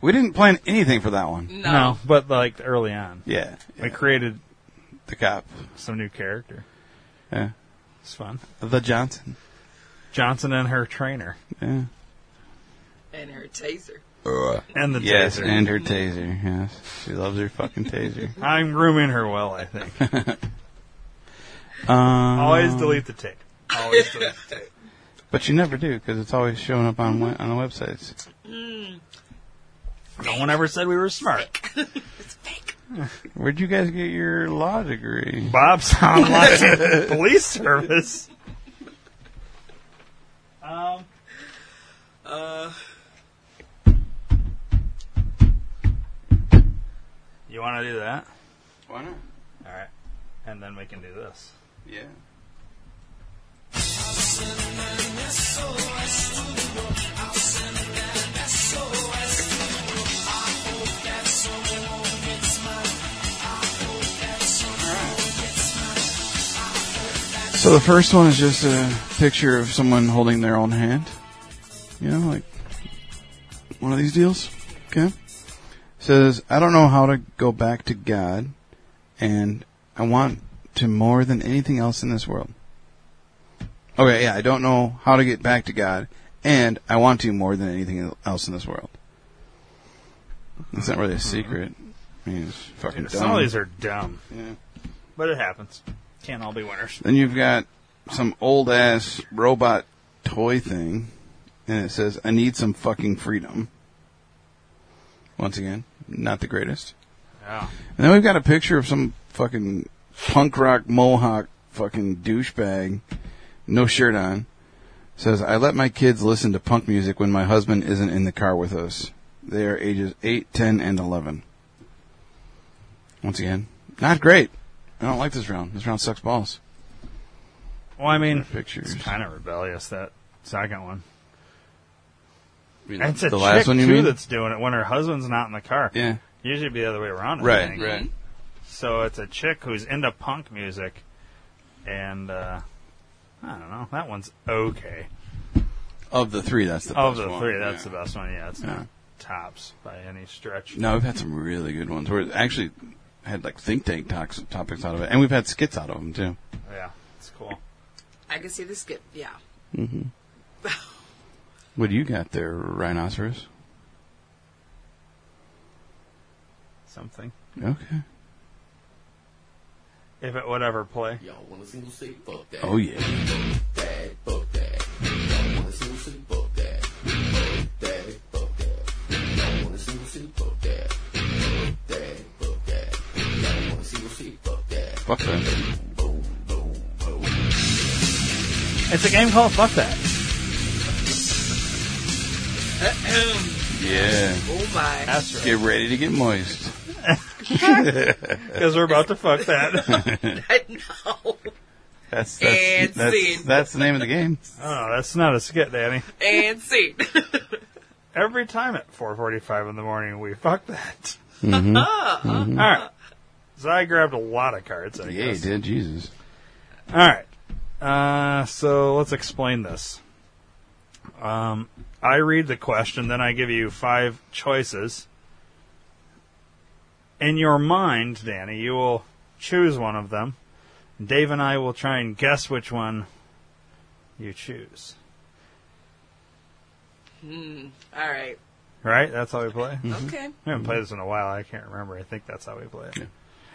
[SPEAKER 3] we didn't plan anything for that one.
[SPEAKER 5] No.
[SPEAKER 1] but like early on,
[SPEAKER 3] Yeah.
[SPEAKER 1] we created
[SPEAKER 3] The cop.
[SPEAKER 1] some new character.
[SPEAKER 3] Yeah.
[SPEAKER 1] It's fun.
[SPEAKER 3] The Johnson.
[SPEAKER 1] Johnson and her trainer
[SPEAKER 3] Yeah.
[SPEAKER 5] And her taser.
[SPEAKER 1] and the
[SPEAKER 3] Yes,
[SPEAKER 1] taser.
[SPEAKER 3] and her taser. Yes, she loves her fucking taser.
[SPEAKER 1] I'm grooming her well. I think.
[SPEAKER 3] Um,
[SPEAKER 1] Always delete the tape. Always delete the tape.
[SPEAKER 3] but you never do because it's always showing up on we- on the websites.
[SPEAKER 1] No one ever said we were smart.
[SPEAKER 3] Where'd you guys get your law degree?
[SPEAKER 1] Bob's online police service. Um.
[SPEAKER 5] Uh,
[SPEAKER 1] You want to do that?
[SPEAKER 3] Why not?
[SPEAKER 1] All right. And then we can do this.
[SPEAKER 3] Yeah. So the first one is just a picture of someone holding their own hand. You know, like one of these deals. Okay. Says, I don't know how to go back to God and I want to more than anything else in this world. Okay, yeah, I don't know how to get back to God, and I want to more than anything else in this world. It's not really a secret. I mean, it's fucking dumb.
[SPEAKER 1] Some of these are dumb,
[SPEAKER 3] Yeah.
[SPEAKER 1] but it happens. Can't all be winners.
[SPEAKER 3] Then you've got some old ass robot toy thing, and it says, I need some fucking freedom. Once again, not the greatest.
[SPEAKER 1] Yeah.
[SPEAKER 3] And then we've got a picture of some fucking punk rock mohawk fucking douchebag, no shirt on. Says, I let my kids listen to punk music when my husband isn't in the car with us. They are ages 8, 10, and 11. Once again, not great. I don't like this round. This round sucks balls.
[SPEAKER 1] Well, I mean,
[SPEAKER 3] Pictures.
[SPEAKER 1] it's kind of rebellious that second one.
[SPEAKER 3] You know,
[SPEAKER 1] It's a
[SPEAKER 3] the
[SPEAKER 1] chick
[SPEAKER 3] last one you
[SPEAKER 1] too
[SPEAKER 3] mean?
[SPEAKER 1] that's doing it when her husband's not in the car.
[SPEAKER 3] yeah.
[SPEAKER 1] Usually it'd be the other way around. I
[SPEAKER 3] Right,
[SPEAKER 1] think.
[SPEAKER 3] right.
[SPEAKER 1] So it's a chick who's into punk music, and uh, I don't know. That one's okay.
[SPEAKER 3] Of the three, that's the
[SPEAKER 1] Of
[SPEAKER 3] best
[SPEAKER 1] the
[SPEAKER 3] one.
[SPEAKER 1] three, that's
[SPEAKER 3] Yeah.
[SPEAKER 1] the best one. Yeah, it's
[SPEAKER 3] Yeah.
[SPEAKER 1] not tops by any stretch.
[SPEAKER 3] No, we've had some really good ones. We're actually had like think tank talks, topics out of it, and we've had skits out of them too.
[SPEAKER 1] Yeah, it's cool.
[SPEAKER 5] I can see the skip. Yeah.
[SPEAKER 3] What do you got there, rhinoceros?
[SPEAKER 1] something.
[SPEAKER 3] Okay.
[SPEAKER 1] If it would ever play.
[SPEAKER 6] Y'all want a single seat? Fuck that.
[SPEAKER 3] Oh yeah.
[SPEAKER 6] that, fuck that. Y'all want a single seat? Fuck that. Fuck that, fuck that. Y'all want a single seat? Fuck that. Fuck that, fuck that. Y'all want a single seat? Fuck that.
[SPEAKER 3] Fuck that.
[SPEAKER 6] Boom, boom, boom.
[SPEAKER 1] It's a game called Fuck That.
[SPEAKER 3] Yeah.
[SPEAKER 5] Oh my.
[SPEAKER 1] That's right.
[SPEAKER 3] Get ready to get moist.
[SPEAKER 1] Because we're about to fuck that.
[SPEAKER 5] no.
[SPEAKER 3] That's
[SPEAKER 5] And
[SPEAKER 3] that's
[SPEAKER 5] scene.
[SPEAKER 3] that's, that's the name of the game.
[SPEAKER 1] oh, that's not a skit, Danny.
[SPEAKER 5] And see.
[SPEAKER 1] Every time at 4:45 in the morning, we fuck that.
[SPEAKER 3] Mm-hmm.
[SPEAKER 1] All right. So I grabbed a lot of cards. I
[SPEAKER 3] Yeah, you
[SPEAKER 1] guess.
[SPEAKER 3] did Jesus.
[SPEAKER 1] All right. Uh, so let's explain this. Um, I read the question, then I give you five choices. In your mind, Danny, you will choose one of them. Dave and I will try and guess which one you choose.
[SPEAKER 5] Hmm. All right.
[SPEAKER 1] Right? That's how we play?
[SPEAKER 5] Okay.
[SPEAKER 1] We haven't played this in a while. I can't remember. I think that's how we play it.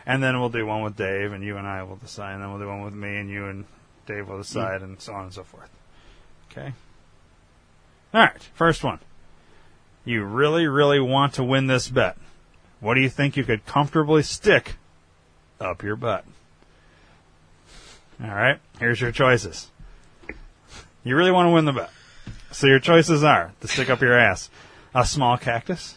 [SPEAKER 1] And then we'll do one with Dave, and you and I will decide. And then we'll do one with me, and you and Dave will decide, and so on and so forth. Okay. All right. First one. You really, really want to win this bet. What do you think you could comfortably stick up your butt? All right. Here's your choices. You really want to win the bet. So your choices are to stick up your ass a small cactus,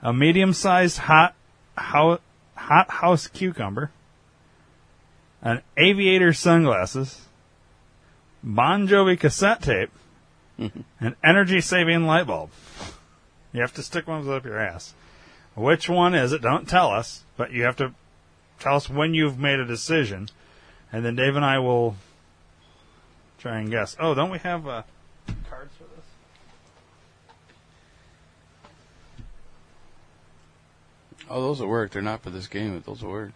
[SPEAKER 1] a medium-sized hot hot, hot house cucumber, an aviator sunglasses, Bon Jovi cassette tape, an energy-saving light bulb. You have to stick one of those up your ass. Which one is it? Don't tell us, but you have to tell us when you've made a decision, and then Dave and I will try and guess. Oh, don't we have uh, cards for this?
[SPEAKER 3] Oh, those will work. They're not for this game, but those will work.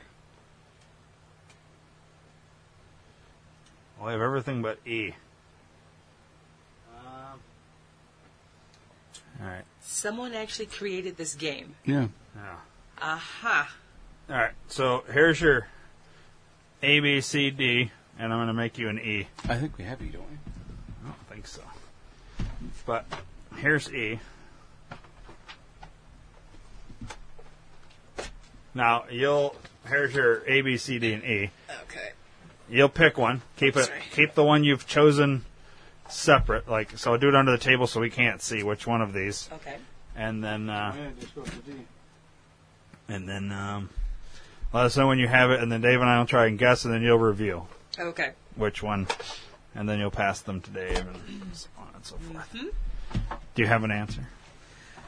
[SPEAKER 1] Well, I have everything but E. Um, all right.
[SPEAKER 5] Someone actually created this game.
[SPEAKER 3] Yeah.
[SPEAKER 5] Aha.
[SPEAKER 1] All right. So here's your A, B, C, D, and I'm going to make you an E.
[SPEAKER 3] I think we have you, don't we?
[SPEAKER 1] I don't think so. But here's E. Now, you'll. Here's your A, B, C, D, and E.
[SPEAKER 5] Okay.
[SPEAKER 1] You'll pick one. Keep it.
[SPEAKER 5] Sorry.
[SPEAKER 1] Keep the one you've chosen separate. Like so, do it under the table so we can't see which one of these.
[SPEAKER 5] Okay.
[SPEAKER 1] And then. Uh, and then um, let us know when you have it, and then Dave and I will try and guess, and then you'll review
[SPEAKER 5] Okay.
[SPEAKER 1] which one, and then you'll pass them to Dave, and so on and so forth. Do you have an answer?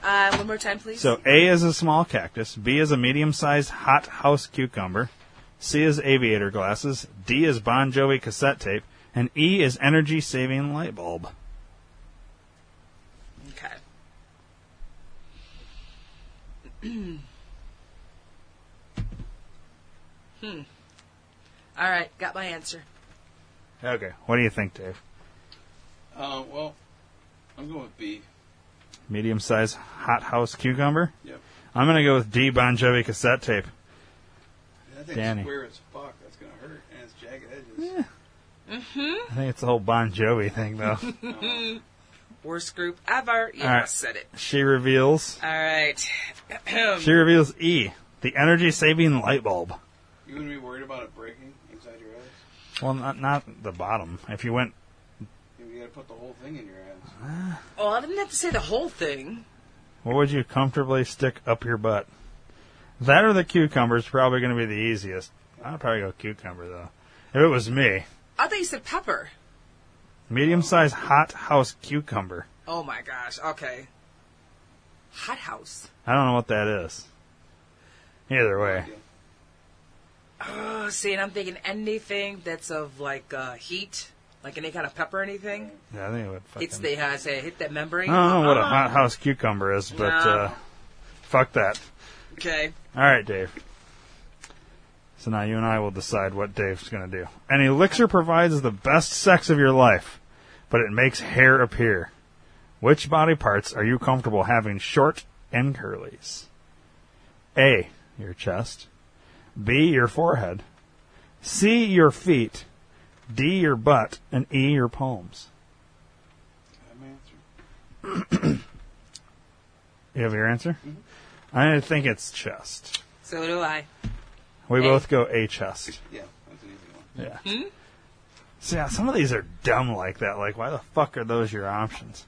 [SPEAKER 5] Uh, one more time, please.
[SPEAKER 1] So A is a small cactus, B is a medium-sized hot house cucumber, C is aviator glasses, D is Bon Jovi cassette tape, and E is energy-saving light bulb.
[SPEAKER 5] okay. hmm. All right. Got my answer.
[SPEAKER 1] Okay, what do you think, Dave?
[SPEAKER 3] Uh, well, I'm going with B.
[SPEAKER 1] Medium-sized hot house cucumber.
[SPEAKER 3] Yep.
[SPEAKER 1] I'm gonna go with D Bon Jovi cassette tape.
[SPEAKER 3] That thing's
[SPEAKER 1] Danny.
[SPEAKER 3] square as fuck. That's gonna hurt, and it's jagged edges.
[SPEAKER 1] I think it's the whole Bon Jovi thing, though.
[SPEAKER 5] Worst group ever. You
[SPEAKER 1] All right.
[SPEAKER 5] said it.
[SPEAKER 1] She reveals.
[SPEAKER 5] All right.
[SPEAKER 1] She reveals E, the energy saving light bulb.
[SPEAKER 3] You wouldn't be worried about it breaking inside your ass.
[SPEAKER 1] Well, not, not the bottom. If you went,
[SPEAKER 3] You gotta put the whole thing in your ass.
[SPEAKER 5] Oh, I didn't have to say the whole thing.
[SPEAKER 1] what would you comfortably stick up your butt? That or the cucumber's probably going to be the easiest. I'd probably go cucumber, though. If it was me,
[SPEAKER 5] I thought you said pepper.
[SPEAKER 1] medium sized hot house cucumber.
[SPEAKER 5] Oh my gosh. Okay. Hot house.
[SPEAKER 1] I don't know what that is. Either way.
[SPEAKER 5] Oh, see, and I'm thinking anything that's of like uh, heat, like any kind of pepper or anything,
[SPEAKER 1] Yeah, I think it would fucking.
[SPEAKER 5] hits the uh, say hit that membrane.
[SPEAKER 1] I don't know Oh, what a
[SPEAKER 5] Uh-uh.
[SPEAKER 1] hot house cucumber is, but
[SPEAKER 5] No.
[SPEAKER 1] uh, fuck that.
[SPEAKER 5] Okay.
[SPEAKER 1] All right, Dave. So now you and I will decide what Dave's going to do. An elixir provides the best sex of your life, but it makes hair appear. Which body parts are you comfortable having short and curlies? A. Your chest. B. Your forehead. C. Your feet. D. Your butt. And E. Your palms. You have your answer? I think it's chest.
[SPEAKER 5] So do I.
[SPEAKER 1] We
[SPEAKER 5] A.
[SPEAKER 1] both go A chest.
[SPEAKER 3] Yeah, that's an easy one.
[SPEAKER 1] Yeah. So yeah, some of these are dumb like that. Like, why the fuck are those your options?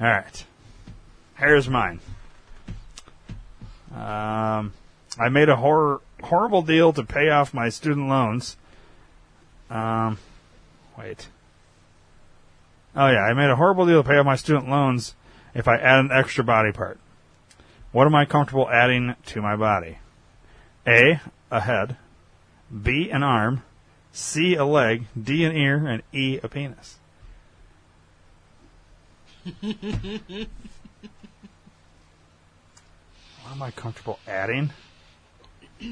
[SPEAKER 1] All right. Here's mine. Um, I made a hor- horrible deal to pay off my student loans. Um, wait. Oh yeah, I made a horrible deal to pay off my student loans if I add an extra body part. What am I comfortable adding to my body? A, a head. B, an arm. C, a leg. D, an ear. And E, a penis. what am I comfortable adding? Hmm.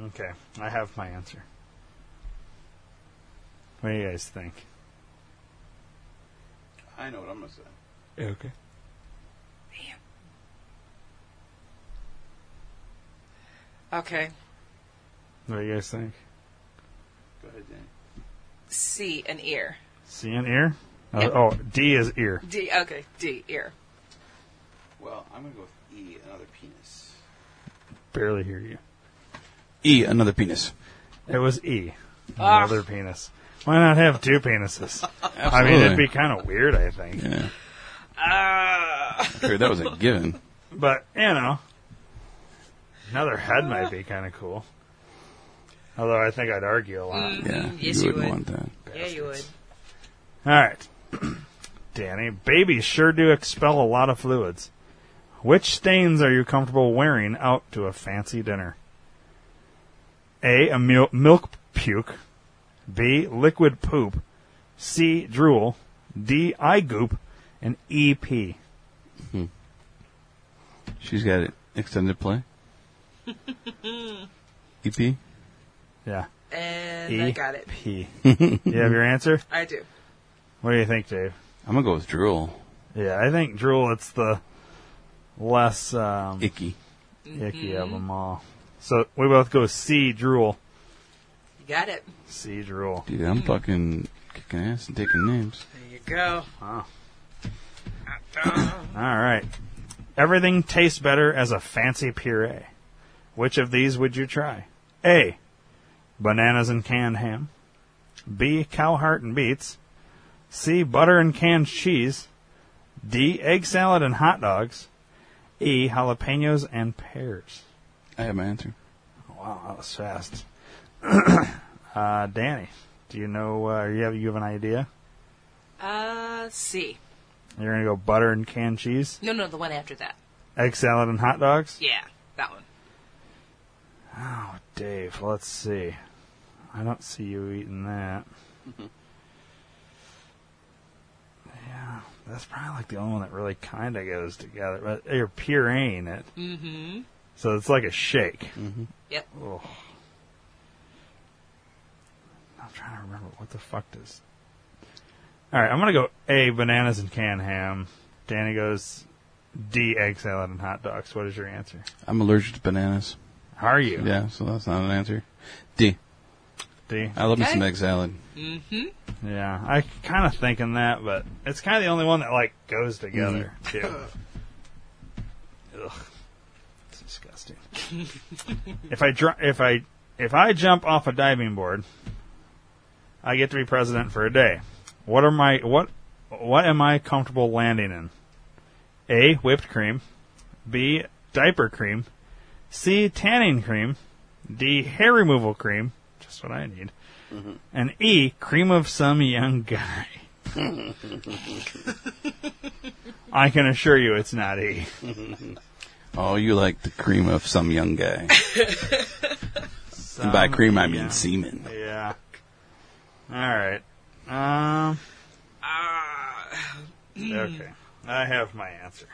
[SPEAKER 1] Okay, I have my answer. What do you guys think?
[SPEAKER 3] I know what I'm gonna say.
[SPEAKER 7] Okay.
[SPEAKER 5] Okay.
[SPEAKER 1] What do you guys think?
[SPEAKER 3] Go ahead, Danny.
[SPEAKER 5] C an ear.
[SPEAKER 1] C and ear? Oh, oh, D is ear.
[SPEAKER 5] D. Okay. D ear.
[SPEAKER 3] Well, I'm gonna go with E, another penis.
[SPEAKER 1] Barely hear you.
[SPEAKER 3] E, another penis.
[SPEAKER 1] It was E. Another penis. Why not have two penises? I mean, it'd be kind of weird, I think.
[SPEAKER 3] Yeah,
[SPEAKER 5] Ah.
[SPEAKER 3] Dude, that was a given.
[SPEAKER 1] But, you know, another head might be kind of cool. Although I think I'd argue a lot.
[SPEAKER 3] Yeah,
[SPEAKER 5] yes, you
[SPEAKER 3] you wouldn't
[SPEAKER 5] would.
[SPEAKER 3] want that.
[SPEAKER 5] yeah, you would.
[SPEAKER 1] All right. Danny, babies sure do expel a lot of fluids. Which stains are you comfortable wearing out to a fancy dinner? A. A mil- milk puke. B. Liquid poop. C. Drool. D. Eye goop. And E. P.
[SPEAKER 3] She's got it. Extended play. E EP.
[SPEAKER 1] Yeah.
[SPEAKER 5] And
[SPEAKER 1] E.
[SPEAKER 5] I got it.
[SPEAKER 1] P. you have your answer?
[SPEAKER 5] I do.
[SPEAKER 1] What do you think, Dave?
[SPEAKER 3] I'm gonna go with drool.
[SPEAKER 1] Yeah, I think drool, it's the less um,
[SPEAKER 3] Icky.
[SPEAKER 1] icky
[SPEAKER 5] Mm-hmm.
[SPEAKER 1] of them all. So we both go C. Drool.
[SPEAKER 5] You got it.
[SPEAKER 1] C drool.
[SPEAKER 3] Dude, I'm fucking kicking ass and taking names.
[SPEAKER 5] There you go.
[SPEAKER 1] All right. Everything tastes better as a fancy puree. Which of these would you try? A. Bananas and canned ham. B. Cow heart and beets. C. Butter and canned cheese. D. Egg salad and hot dogs. E. Jalapenos and pears.
[SPEAKER 3] I have my answer.
[SPEAKER 1] Wow, that was fast. uh, Danny, do you know? Uh, you have you have an idea?
[SPEAKER 5] Uh, C.
[SPEAKER 1] You're gonna go butter and canned cheese,
[SPEAKER 5] No, no, the one after that.
[SPEAKER 1] egg salad and hot dogs.
[SPEAKER 5] Yeah, that one.
[SPEAKER 1] Dave, let's see. I don't see you eating that.
[SPEAKER 5] Mm-hmm.
[SPEAKER 1] yeah, that's probably like the only one that really kind of goes together. But you're pureeing it,
[SPEAKER 5] Mm-hmm.
[SPEAKER 1] so it's like a shake.
[SPEAKER 5] Yep.
[SPEAKER 1] Ugh. I'm trying to remember what the fuck does. All right, I'm gonna go A bananas and canned ham. Danny goes D egg salad and hot dogs. What is your answer?
[SPEAKER 3] I'm allergic to bananas.
[SPEAKER 1] How are you?
[SPEAKER 3] Yeah, so that's not an answer. D.
[SPEAKER 1] D.
[SPEAKER 3] I love me
[SPEAKER 5] Okay.
[SPEAKER 3] some egg salad.
[SPEAKER 1] Yeah, I kind of thinking that, but it's kind of the only one that like goes together too. Ugh, it's disgusting. if I dr- if I if I jump off a diving board, I get to be president for a day. What are my what what am I comfortable landing in? A whipped cream, B diaper cream, C tanning cream, D hair removal cream, just what I need and E, cream of some young guy. I can assure you it's not E.
[SPEAKER 3] Oh, you like the cream of some young guy. and
[SPEAKER 1] Oh,
[SPEAKER 3] by cream, I mean semen.
[SPEAKER 1] Yeah. All right. Um. okay. I have my answer.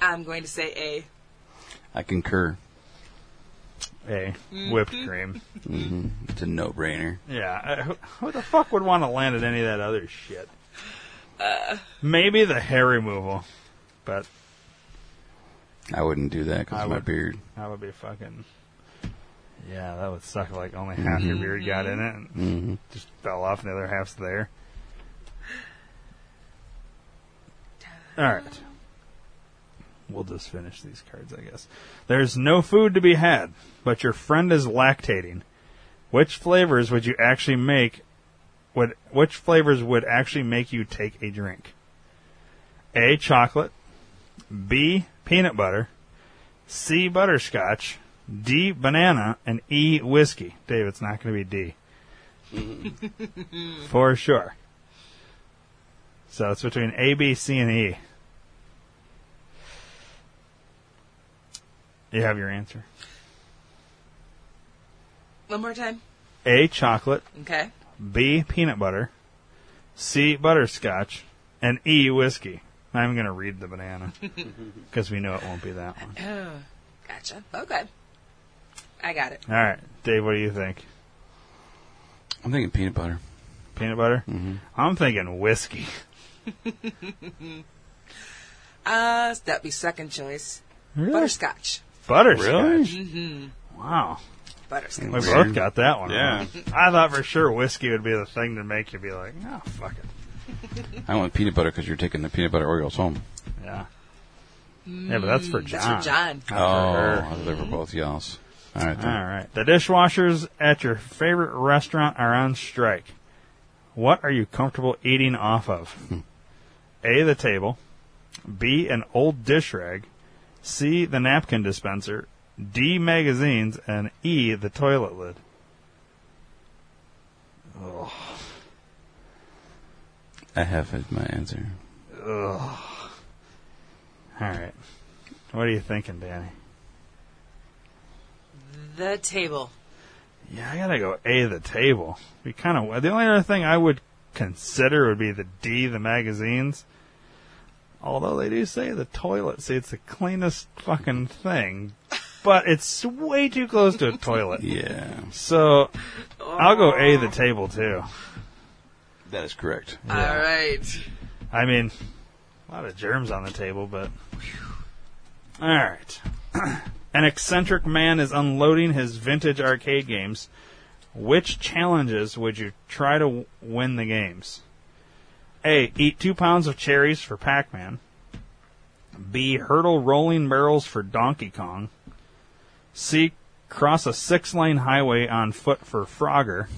[SPEAKER 5] I'm going to say A.
[SPEAKER 3] I concur.
[SPEAKER 1] A. Whipped cream.
[SPEAKER 3] It's a no-brainer.
[SPEAKER 1] Uh, Yeah. I, who, who the fuck would want to land at any of that other shit? Maybe the hair removal, but
[SPEAKER 3] I wouldn't do that
[SPEAKER 1] I
[SPEAKER 3] because my
[SPEAKER 1] would.
[SPEAKER 3] beard.
[SPEAKER 1] that would be fucking. Yeah, that would suck. if, Like only half your beard got in it, and just fell off, and the other half's there. All right, we'll just finish these cards, I guess. There's no food to be had, but your friend is lactating. Which flavors would you actually make? Would which flavors would actually make you take a drink? A chocolate, B peanut butter, C butterscotch, D banana, and E whiskey. Dave, it's not going to be D. For sure. So it's between A, B, C, and E. You have your answer.
[SPEAKER 5] One more time.
[SPEAKER 1] A chocolate,
[SPEAKER 5] Okay.
[SPEAKER 1] B peanut butter, C butterscotch, and E whiskey. I'm going to read the banana because we know it won't be that one.
[SPEAKER 5] Oh, gotcha. Okay. I got it.
[SPEAKER 1] All right, Dave, what do you think?
[SPEAKER 3] I'm thinking peanut butter.
[SPEAKER 1] Peanut butter? I'm thinking whiskey.
[SPEAKER 5] Uh, that'd be second choice. Butterscotch.
[SPEAKER 1] Butterscotch.
[SPEAKER 5] Mm-hmm.
[SPEAKER 1] Wow.
[SPEAKER 5] Butterscotch.
[SPEAKER 1] We
[SPEAKER 3] Weird.
[SPEAKER 1] both got that one.
[SPEAKER 3] Yeah.
[SPEAKER 1] right. I thought for sure whiskey would be the thing to make you be like, oh, fuck it.
[SPEAKER 3] I want peanut butter because you're taking the peanut butter Oreos home.
[SPEAKER 1] Yeah. Yeah, but that's for John.
[SPEAKER 5] Mm,
[SPEAKER 2] Ah.
[SPEAKER 5] That's for John.
[SPEAKER 3] Oh,
[SPEAKER 1] her.
[SPEAKER 3] I thought they were both y'all's. All right, then.
[SPEAKER 1] All right. The dishwashers at your favorite restaurant are on strike. What are you comfortable eating off of?
[SPEAKER 3] Hmm.
[SPEAKER 1] A, the table. B, an old dish rag. C, the napkin dispenser. D, magazines. And E, the toilet lid.
[SPEAKER 3] I have it, my answer.
[SPEAKER 1] All right. What are you thinking, Danny?
[SPEAKER 5] The table.
[SPEAKER 1] Yeah, I gotta go A the table. Be kind of the only other thing I would consider would be the D the magazines. Although they do say the toilet seat's the cleanest fucking thing, but it's way too close to a toilet.
[SPEAKER 3] Yeah,
[SPEAKER 1] So I'll go A the table too.
[SPEAKER 3] that is correct.
[SPEAKER 4] Uh,
[SPEAKER 5] All right.
[SPEAKER 1] I mean, a lot of germs on the table, but. All right. An eccentric man is unloading his vintage arcade games. Which challenges would you try to w- win the games? A. Eat two pounds of cherries for Pac Man. B. Hurdle rolling barrels for Donkey Kong. C. Cross a six lane highway on foot for Frogger.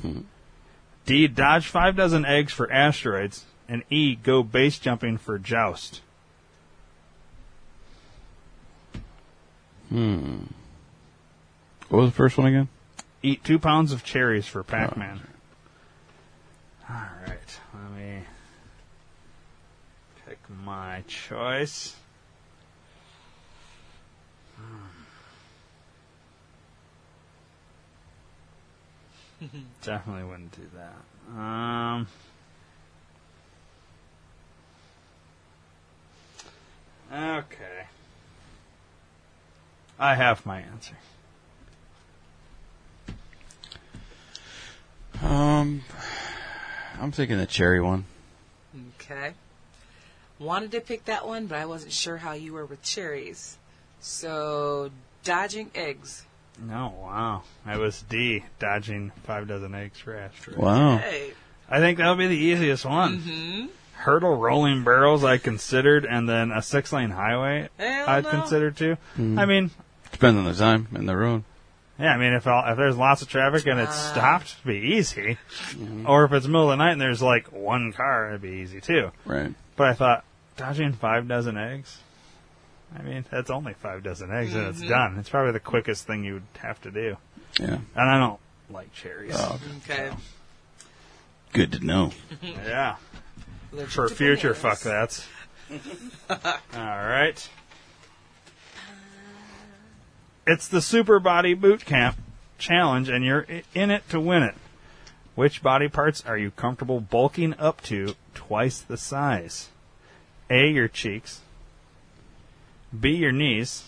[SPEAKER 1] D. Dodge five dozen eggs for asteroids. And E. Go base jumping for joust.
[SPEAKER 3] What was the first one again?
[SPEAKER 1] Eat two pounds of cherries for Pac Man. All right. Let me pick my choice. Hmm. Definitely wouldn't do that. Um. Okay. I have my answer.
[SPEAKER 3] Um, I'm thinking the cherry one.
[SPEAKER 5] Okay. Wanted to pick that one, but I wasn't sure how you were with cherries. So, dodging eggs.
[SPEAKER 1] No, wow. I was D, dodging five dozen eggs for Astro.
[SPEAKER 3] Wow.
[SPEAKER 5] Hey.
[SPEAKER 1] I think that would be the easiest one.
[SPEAKER 5] Hmm.
[SPEAKER 1] Hurdle rolling barrels I considered, and then a six lane highway
[SPEAKER 5] Hell
[SPEAKER 1] I'd
[SPEAKER 5] no.
[SPEAKER 1] consider too.
[SPEAKER 3] Hmm.
[SPEAKER 1] I mean,
[SPEAKER 3] Depends on the time and the road.
[SPEAKER 1] yeah, I mean, if, i if there's lots of traffic and it's stopped, it'd be easy. Or if it's middle of the night and there's like one car, it'd be easy too.
[SPEAKER 3] Right.
[SPEAKER 1] But I thought, dodging five dozen eggs? I mean, that's only five dozen eggs and
[SPEAKER 5] Mm-hmm.
[SPEAKER 1] it's done. It's probably the quickest thing you would have to do.
[SPEAKER 3] Yeah.
[SPEAKER 1] And I don't like cherries.
[SPEAKER 3] Oh,
[SPEAKER 5] Okay.
[SPEAKER 3] good to know.
[SPEAKER 1] Yeah.
[SPEAKER 5] Allergic
[SPEAKER 1] for
[SPEAKER 5] to
[SPEAKER 1] future fuck
[SPEAKER 5] bananas.
[SPEAKER 1] that's. All right. It's the Super Body Boot Camp Challenge, and you're i- in it to win it. Which body parts are you comfortable bulking up to twice the size? A. Your cheeks. B. Your knees.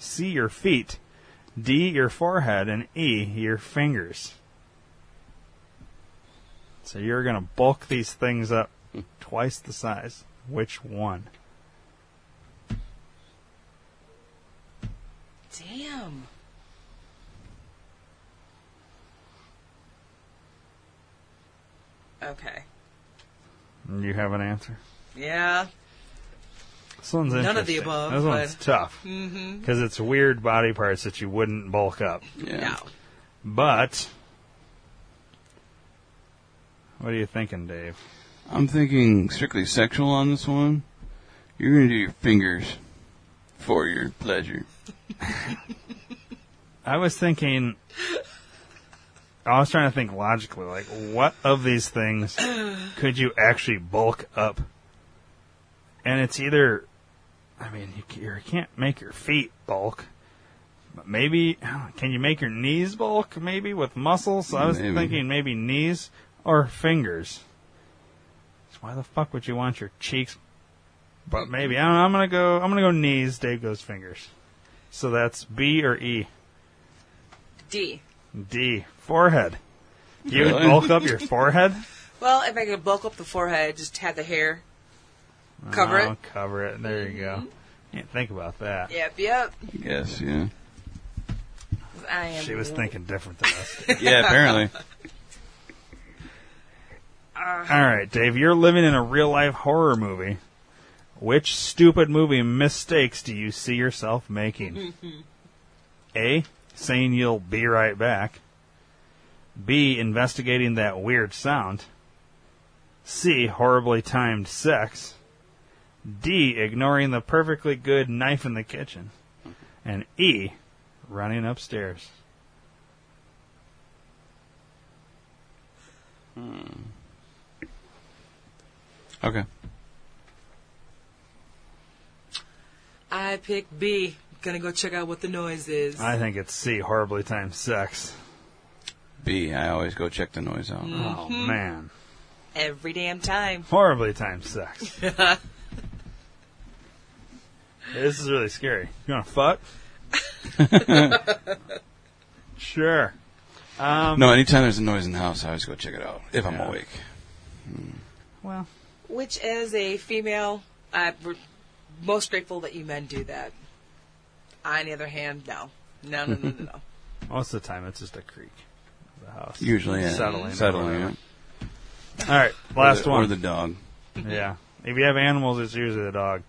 [SPEAKER 1] C. Your feet. D. Your forehead. And E. Your fingers. So you're going to bulk these things up twice the size. Which one?
[SPEAKER 5] Damn. Okay.
[SPEAKER 1] You have an answer.
[SPEAKER 5] Yeah.
[SPEAKER 1] This one's
[SPEAKER 5] None of the
[SPEAKER 1] interesting.
[SPEAKER 5] above,
[SPEAKER 1] This one's
[SPEAKER 5] but- Mm-hmm.
[SPEAKER 1] tough because it's weird body parts that you wouldn't bulk up.
[SPEAKER 3] Yeah.
[SPEAKER 5] No.
[SPEAKER 1] But what are you thinking, Dave?
[SPEAKER 3] I'm thinking strictly sexual on this one. You're gonna do your fingers for your pleasure.
[SPEAKER 1] I was thinking. I was trying to think logically, like what of these things could you actually bulk up? And it's either, I mean, you, ca- you can't make your feet bulk, but maybe can you make your knees bulk? Maybe with muscles. So I was
[SPEAKER 3] Maybe.
[SPEAKER 1] thinking maybe knees or fingers. So why the fuck would you want your cheeks? But maybe I don't know, I'm gonna go. I'm gonna go knees. Dave goes fingers. So that's B or E.
[SPEAKER 5] D.
[SPEAKER 1] D. Forehead. You would
[SPEAKER 3] Really?
[SPEAKER 1] bulk up your forehead?
[SPEAKER 5] Well, if I could bulk up the forehead, just have the hair. Cover
[SPEAKER 1] Oh,
[SPEAKER 5] it. Mm-hmm.
[SPEAKER 1] Cover it. There you go. Can't think about that.
[SPEAKER 5] Yep, yep.
[SPEAKER 3] I guess, yeah.
[SPEAKER 5] I am.
[SPEAKER 1] She was thinking different than us.
[SPEAKER 3] Yeah, apparently.
[SPEAKER 1] All right, Dave, you're living in a real life horror movie. Which stupid movie mistakes do you see yourself making? A. Saying you'll be right back. B. Investigating that weird sound. C. Horribly timed sex. D. Ignoring the perfectly good knife in the kitchen. And E. Running upstairs.
[SPEAKER 3] Okay.
[SPEAKER 5] I pick B. Gonna go check out what the noise is.
[SPEAKER 1] I think it's C. Horribly timed sex.
[SPEAKER 3] B. I always go check the noise out.
[SPEAKER 1] Oh, man.
[SPEAKER 5] Every damn time.
[SPEAKER 1] horribly timed sex. this is really scary. You want to fuck? sure.
[SPEAKER 3] No, anytime there's a noise in the house, I always go check it out if I'm
[SPEAKER 1] Yeah.
[SPEAKER 3] awake.
[SPEAKER 1] Well,
[SPEAKER 5] Which, as a female, I'm most grateful that you men do that. I, on the other hand, no. No, no, no, no, no.
[SPEAKER 1] most of the time it's just a creak. of The house.
[SPEAKER 3] Usually, yeah.
[SPEAKER 1] Settling. or
[SPEAKER 3] Settling.
[SPEAKER 1] whatever.
[SPEAKER 3] yeah.
[SPEAKER 1] All right, last
[SPEAKER 3] or the,
[SPEAKER 1] one.
[SPEAKER 3] Or the dog.
[SPEAKER 1] Yeah. If you have animals, it's usually the dog.